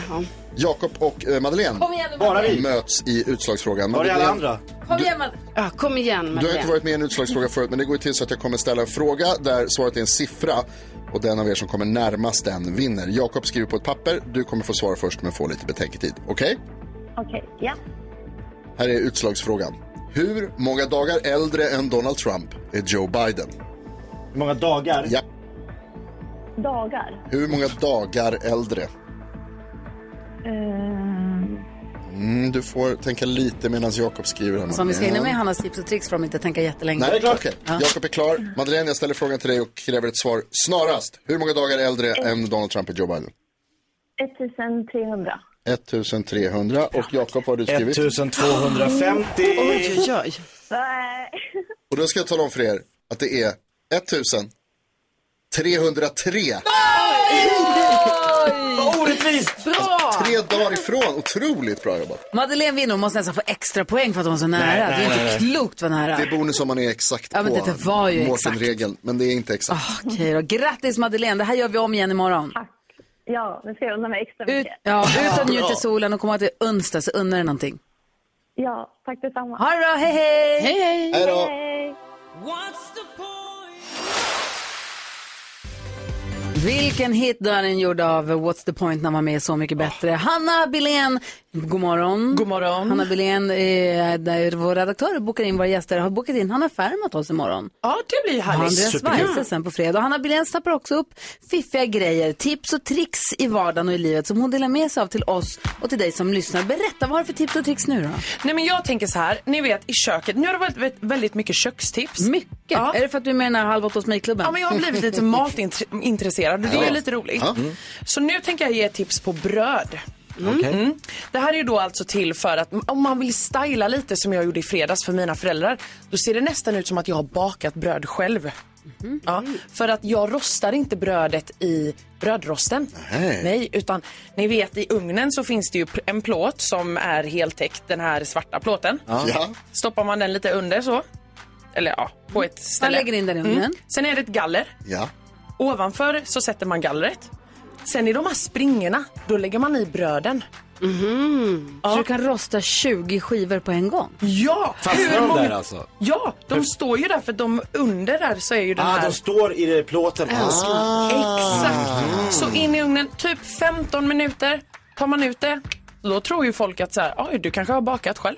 [SPEAKER 5] Jakob och eh, Madeleine
[SPEAKER 6] Kom igen, Bara Madeleine. vi.
[SPEAKER 5] möts i utslagsfrågan.
[SPEAKER 6] Var är alla
[SPEAKER 5] Madeleine,
[SPEAKER 6] Kom igen, Madde. Ja, kom igen,
[SPEAKER 5] Du har
[SPEAKER 6] Madeleine.
[SPEAKER 5] inte varit med i en utslagsfråga förut, men det går ju till så att jag kommer ställa en fråga där svaret är en siffra och den av er som kommer närmast den vinner. Jakob skriver på ett papper, du kommer få svara först men få lite betänketid. Okej?
[SPEAKER 17] Okej, ja.
[SPEAKER 5] Här är utslagsfrågan. Hur många dagar äldre än Donald Trump är Joe Biden?
[SPEAKER 3] Hur många dagar?
[SPEAKER 5] Ja.
[SPEAKER 17] Dagar.
[SPEAKER 5] Hur många dagar äldre?
[SPEAKER 17] Eh,
[SPEAKER 5] Mm, du får tänka lite medan Jakob skriver. här.
[SPEAKER 1] Så om vi ska hinna med Hannas tips och tricks får de inte tänka jättelänge.
[SPEAKER 5] Nej, det är klart. Okej. Jakob är klar. Madeleine, jag ställer frågan till dig och kräver ett svar snarast. Hur många dagar äldre än Donald Trump är Joe Biden?
[SPEAKER 17] 1300.
[SPEAKER 5] 1300. Och Jakob, vad har du skrivit?
[SPEAKER 3] 1250.
[SPEAKER 6] Oj, oj, oj.
[SPEAKER 17] Nej.
[SPEAKER 5] Och då ska jag tala om för er att det är 1303.
[SPEAKER 3] Vad orättvist!
[SPEAKER 1] Bra!
[SPEAKER 5] Tre dagar ifrån. Otroligt bra jobbat.
[SPEAKER 1] Madeleine vinner och måste nästan få extra poäng för att hon var så nära.
[SPEAKER 5] Nej,
[SPEAKER 1] det är
[SPEAKER 5] nej,
[SPEAKER 1] inte
[SPEAKER 5] nej.
[SPEAKER 1] klokt vad nära.
[SPEAKER 5] Det är bonus om man är exakt
[SPEAKER 1] Ja,
[SPEAKER 5] på
[SPEAKER 1] men det var ju exakt.
[SPEAKER 5] Mårten-regeln. Men det är inte exakt.
[SPEAKER 1] Okej då. Grattis Madeleine, det här gör vi om igen imorgon.
[SPEAKER 17] Ja, nu ska jag unna mig extra mycket.
[SPEAKER 1] Ja, ut och njut
[SPEAKER 17] Bra.
[SPEAKER 1] i solen och kom ihåg att det är onsdag så unna dig någonting.
[SPEAKER 17] Ja, tack detsamma.
[SPEAKER 1] Ha det bra, hej hej!
[SPEAKER 17] Hej, hej! Hej då.
[SPEAKER 1] Vilken hit Darin gjorde av What's the point när man är med Så mycket
[SPEAKER 14] Ah.
[SPEAKER 1] bättre. Hanna Billén, god morgon. God morgon. Hanna Billén, eh, där vår redaktör bokar in våra gäster, har bokat in Hanna Färm åt oss imorgon.
[SPEAKER 14] Ja, det blir
[SPEAKER 1] Och Andreas
[SPEAKER 14] härligt.
[SPEAKER 1] Weise sen på fredag. Och Hanna Billén snappar också upp fiffiga grejer, tips och tricks i vardagen och i livet som hon delar med sig av till oss och till dig som lyssnar. Berätta, vad har du för tips och tricks nu då?
[SPEAKER 14] Nej men jag tänker så här, ni vet i köket, nu har det varit väldigt- väldigt mycket kökstips.
[SPEAKER 1] Mycket?
[SPEAKER 14] Ja.
[SPEAKER 1] Är det för att du är med i den här Halv åt hos mig-klubben?
[SPEAKER 14] Ja men jag har blivit lite matintresserad och det är ju lite roligt.
[SPEAKER 1] Ja. Mm.
[SPEAKER 14] Så nu tänker jag ge tips på bröd. Mm.
[SPEAKER 1] Okej.
[SPEAKER 14] Det här är ju då alltså till för att om man vill styla lite som jag gjorde i fredags för mina föräldrar. Då ser det nästan ut som att jag har bakat bröd själv.
[SPEAKER 1] Mhm.
[SPEAKER 14] Ja, för att jag rostar inte brödet i brödrosten.
[SPEAKER 5] Nej.
[SPEAKER 14] utan ni vet i ugnen så finns det ju pl- en plåt som är heltäckt, den här svarta plåten.
[SPEAKER 5] Ja. Ja.
[SPEAKER 14] Stoppar man den lite under så, eller ja, på ett ställe. Mm.
[SPEAKER 1] lägger in den i ugnen.
[SPEAKER 14] Sen är det ett galler.
[SPEAKER 5] Ja.
[SPEAKER 14] Ovanför så sätter man gallret. Sen i de här springorna, då lägger man i bröden.
[SPEAKER 1] Mhm. Mm. Så du kan rosta 20 skivor på en gång?
[SPEAKER 14] Ja!
[SPEAKER 3] Fastnar de där alltså?
[SPEAKER 14] Ja, de står ju där för de under där så är ju den
[SPEAKER 3] Ah,
[SPEAKER 14] här.
[SPEAKER 3] de står i det plåten.
[SPEAKER 14] Älskling. Exakt.
[SPEAKER 3] Mm.
[SPEAKER 14] Så in i ugnen, typ 15 minuter tar man ut det. Då tror ju folk att så här, oj, du kanske har bakat själv.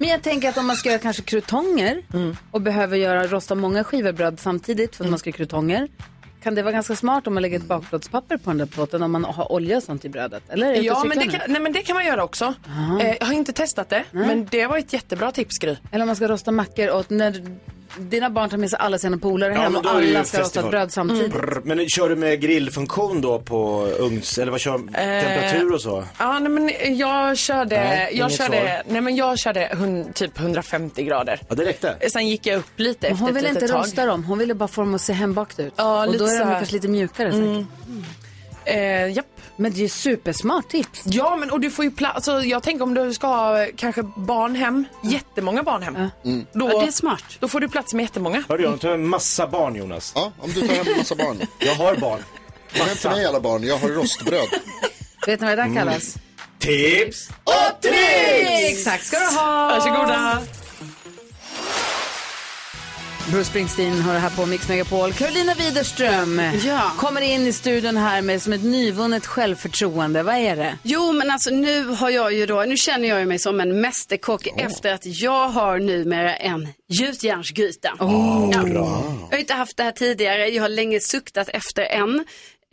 [SPEAKER 1] Men jag tänker att om man ska göra kanske krutonger och behöver göra, rosta många skivor bröd samtidigt för att man ska göra krutonger. Kan det vara ganska smart om man lägger ett bakplåtspapper på den där plåten om man har olja och sånt i brödet? Eller är ute
[SPEAKER 14] Ja,
[SPEAKER 1] och
[SPEAKER 14] men det,
[SPEAKER 1] cyklar
[SPEAKER 14] kan,
[SPEAKER 1] nu?
[SPEAKER 14] nej, men det kan man göra också.
[SPEAKER 1] Ah.
[SPEAKER 14] Eh, jag har inte testat det,
[SPEAKER 1] Nej.
[SPEAKER 14] men det var ett jättebra tips, Gry.
[SPEAKER 1] Eller om man ska rosta mackor och när dina barn tar med sig alla sina polare hem och
[SPEAKER 3] då är det ju
[SPEAKER 1] alla ska rosta
[SPEAKER 3] festival.
[SPEAKER 1] bröd samtidigt.
[SPEAKER 3] Brr, Men kör du med grillfunktion då på ugns, eller vad kör temperatur och så?
[SPEAKER 14] eh, Ja, nej, men jag körde,
[SPEAKER 3] Nej,
[SPEAKER 14] jag
[SPEAKER 3] inget
[SPEAKER 14] körde,
[SPEAKER 3] svar.
[SPEAKER 14] nej, men jag körde hun, typ 150 grader.
[SPEAKER 3] Ja, det räckte.
[SPEAKER 14] Sen gick jag upp lite
[SPEAKER 1] Men
[SPEAKER 14] Mm. efter
[SPEAKER 1] hon
[SPEAKER 14] ett
[SPEAKER 1] ville
[SPEAKER 14] litet
[SPEAKER 1] inte
[SPEAKER 14] tag.
[SPEAKER 1] rosta dem, hon ville bara få dem att se hembakt ut.
[SPEAKER 14] Ja,
[SPEAKER 1] och
[SPEAKER 14] lite
[SPEAKER 1] då är
[SPEAKER 14] så
[SPEAKER 1] de
[SPEAKER 14] här. Mm.
[SPEAKER 1] kanske lite mjukare säkert.
[SPEAKER 14] Eh, japp.
[SPEAKER 1] Men det är ju supersmart tips.
[SPEAKER 14] Ja, men och du får ju plats. Alltså, jag tänker om du ska ha eh, kanske barn hem, jättemånga barn hem. Då,
[SPEAKER 3] Ja, det är
[SPEAKER 14] smart. Då får du plats med jättemånga.
[SPEAKER 3] Hörru, jag tar en massa barn Jonas.
[SPEAKER 5] Ja, om du tar en massa barn.
[SPEAKER 3] Jag har barn.
[SPEAKER 5] Skämt till mig alla barn, jag har rostbröd.
[SPEAKER 1] Vet ni vad det där kallas?
[SPEAKER 3] Mm. Tips!
[SPEAKER 1] och tricks! Tack ska du ha.
[SPEAKER 14] Varsågoda.
[SPEAKER 1] Bruce Springsteen har det här på Mix Megapol. Karolina Widerström kommer in i studion här med som ett nyvunnet självförtroende. Vad är det?
[SPEAKER 6] Jo, men alltså nu har jag ju då, nu känner jag ju mig som en mästerkock efter att jag har numera en gjutjärnsgryta. Ja. Jag har inte haft det här tidigare, jag har länge suktat efter en.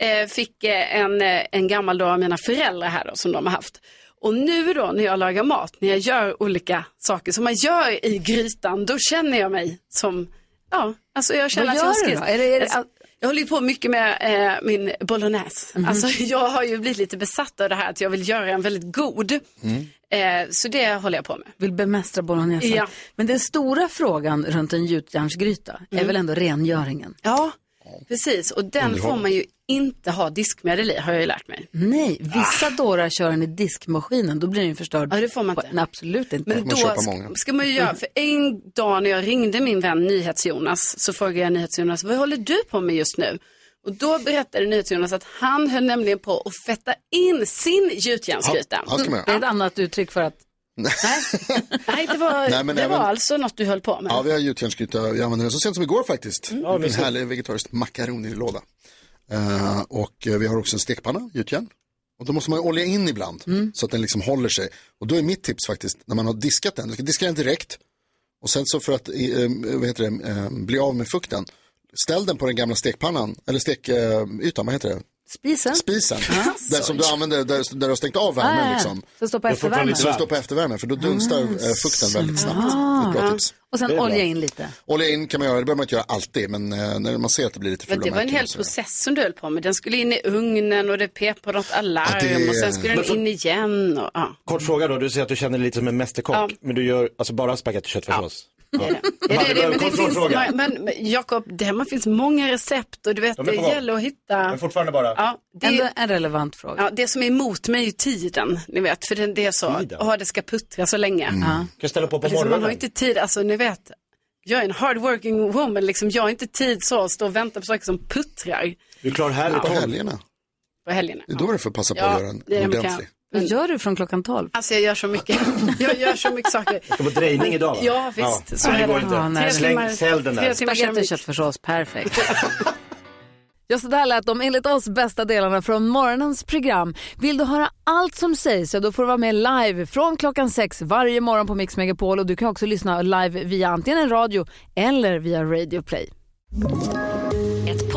[SPEAKER 6] Eh, fick eh, en, eh, en gammal då av mina föräldrar här då, som de har haft. Och nu då när jag lagar mat, när jag gör olika saker som man gör i grytan, då känner jag mig som, ja, alltså jag känner
[SPEAKER 1] Vad
[SPEAKER 6] att jag
[SPEAKER 1] gör du
[SPEAKER 6] skis-
[SPEAKER 1] då? Är det- är det-
[SPEAKER 6] Alltså, jag håller ju på mycket med eh, min bolognese.
[SPEAKER 1] Mhm.
[SPEAKER 6] Alltså jag har ju blivit lite besatt av det här att jag vill göra en väldigt god. Eh, så det håller jag på med.
[SPEAKER 1] Vill bemästra bolognesen.
[SPEAKER 6] Ja.
[SPEAKER 1] Men den stora frågan runt en gjutjärnsgryta är
[SPEAKER 6] Mm.
[SPEAKER 1] väl ändå rengöringen?
[SPEAKER 6] Ja, precis. Och den
[SPEAKER 1] Underhåll.
[SPEAKER 6] får man ju inte ha diskmedel i, har jag ju lärt mig.
[SPEAKER 1] Nej, vissa dårar kör den i diskmaskinen, då blir den ju förstörd. Ja, det
[SPEAKER 6] Ah. får man inte.
[SPEAKER 1] Nej, absolut inte. Mm.
[SPEAKER 6] Men då sk- ska man ju göra,
[SPEAKER 5] Mm.
[SPEAKER 6] för en dag när jag ringde min vän NyhetsJonas så frågade jag NyhetsJonas, vad håller du på med just nu? Och då berättade NyhetsJonas att han höll nämligen på att fetta in sin gjutjärnsgryta.
[SPEAKER 1] Ja, han ska med. Det är ett annat uttryck för att...
[SPEAKER 6] Nej, Nej det var,
[SPEAKER 5] Nej, men
[SPEAKER 6] det
[SPEAKER 5] även-
[SPEAKER 6] var alltså något du höll på med.
[SPEAKER 5] Ja, vi har gjutjärnsgryta. Vi använde den så sent som igår faktiskt.
[SPEAKER 1] Mm.
[SPEAKER 6] Ja,
[SPEAKER 5] en
[SPEAKER 6] visst.
[SPEAKER 5] härlig vegetarisk makaronilåda. Eh, och eh, vi har också en stekpanna, gjutjärn. Och då måste man ju olja in ibland
[SPEAKER 1] Mm.
[SPEAKER 5] så att den liksom håller sig. Och då är mitt tips faktiskt, när man har diskat den, du ska diska den direkt. Och sen så för att eh, vad heter det, eh, bli av med fukten, ställ den på den gamla stekpannan, eller stekytan, eh, ytan, vad heter det?
[SPEAKER 1] Spisen.
[SPEAKER 5] Spisen, där som du använder, där, där du har stängt av värmen
[SPEAKER 1] Ah, ja, ja.
[SPEAKER 5] liksom.
[SPEAKER 1] Så stå på Det är fortfarande eftervärmen. lite
[SPEAKER 5] Så
[SPEAKER 1] varmt.
[SPEAKER 5] stå på eftervärmen, för då dunstar eh, fukten väldigt snabbt. Det är
[SPEAKER 1] Ah.
[SPEAKER 5] ett bra tips.
[SPEAKER 1] Och sen olja in lite.
[SPEAKER 5] Olja in kan man göra, det behöver man inte göra alltid, men eh, när man ser att det blir lite
[SPEAKER 6] Men
[SPEAKER 5] fula
[SPEAKER 6] det var en
[SPEAKER 5] märken
[SPEAKER 6] hel
[SPEAKER 5] och så.
[SPEAKER 6] process som du höll på med. Den skulle in i ugnen och det pep på något alarm
[SPEAKER 5] Ja, det-
[SPEAKER 6] och sen skulle
[SPEAKER 3] Men
[SPEAKER 6] den
[SPEAKER 3] för-
[SPEAKER 6] in igen. Och, ja.
[SPEAKER 3] Kort fråga då, du säger att du känner dig lite som en mästerkock,
[SPEAKER 6] Ja.
[SPEAKER 3] men du gör alltså bara spagetti och köttfärssås? Ja.
[SPEAKER 6] Ja, det är det, men det
[SPEAKER 3] Kort
[SPEAKER 6] finns,
[SPEAKER 3] fråga.
[SPEAKER 6] men, men Jakob, det hemma finns många recept och du vet,
[SPEAKER 3] De är
[SPEAKER 6] det
[SPEAKER 3] på gång.
[SPEAKER 6] gäller att hitta.
[SPEAKER 3] Men fortfarande bara.
[SPEAKER 6] Ja, det,
[SPEAKER 1] Ändå en relevant fråga.
[SPEAKER 6] ja, det som är emot mig är ju tiden, ni vet, för det, det är så,
[SPEAKER 3] Tiden?
[SPEAKER 6] ja det ska puttra så länge. Ja.
[SPEAKER 3] Mm. Kan jag ställa på på
[SPEAKER 6] Alltså, man har ju
[SPEAKER 3] morgonen?
[SPEAKER 6] inte tid, alltså ni vet, jag är en hard working woman, liksom, jag har inte tid så att stå och vänta på saker som puttrar
[SPEAKER 3] Du är klar här
[SPEAKER 5] På
[SPEAKER 3] i
[SPEAKER 5] helgerna.
[SPEAKER 6] på helgerna.
[SPEAKER 5] Det är då du får passa på
[SPEAKER 6] Ja,
[SPEAKER 5] att göra en
[SPEAKER 6] det är det man kan. Mm.
[SPEAKER 5] ordentlig.
[SPEAKER 1] Vad gör du från klockan 12?
[SPEAKER 6] Alltså jag gör så mycket, jag gör så mycket saker.
[SPEAKER 3] Ska på drejning idag va?
[SPEAKER 6] Ja, visst. Så
[SPEAKER 3] Nej, det
[SPEAKER 6] är
[SPEAKER 3] går
[SPEAKER 6] det.
[SPEAKER 3] inte.
[SPEAKER 6] Ja, nej.
[SPEAKER 3] Släng,
[SPEAKER 6] Tre
[SPEAKER 3] sälj den där.
[SPEAKER 6] tre timmar
[SPEAKER 1] Spagetti och köttfärssås, perfekt. Ja, så där lät de enligt oss bästa delarna från morgonens program. Vill du höra allt som sägs så då får du vara med live från klockan sex varje morgon på Mix Megapol och du kan också lyssna live via antingen en radio eller via Radio Play.
[SPEAKER 2] Ett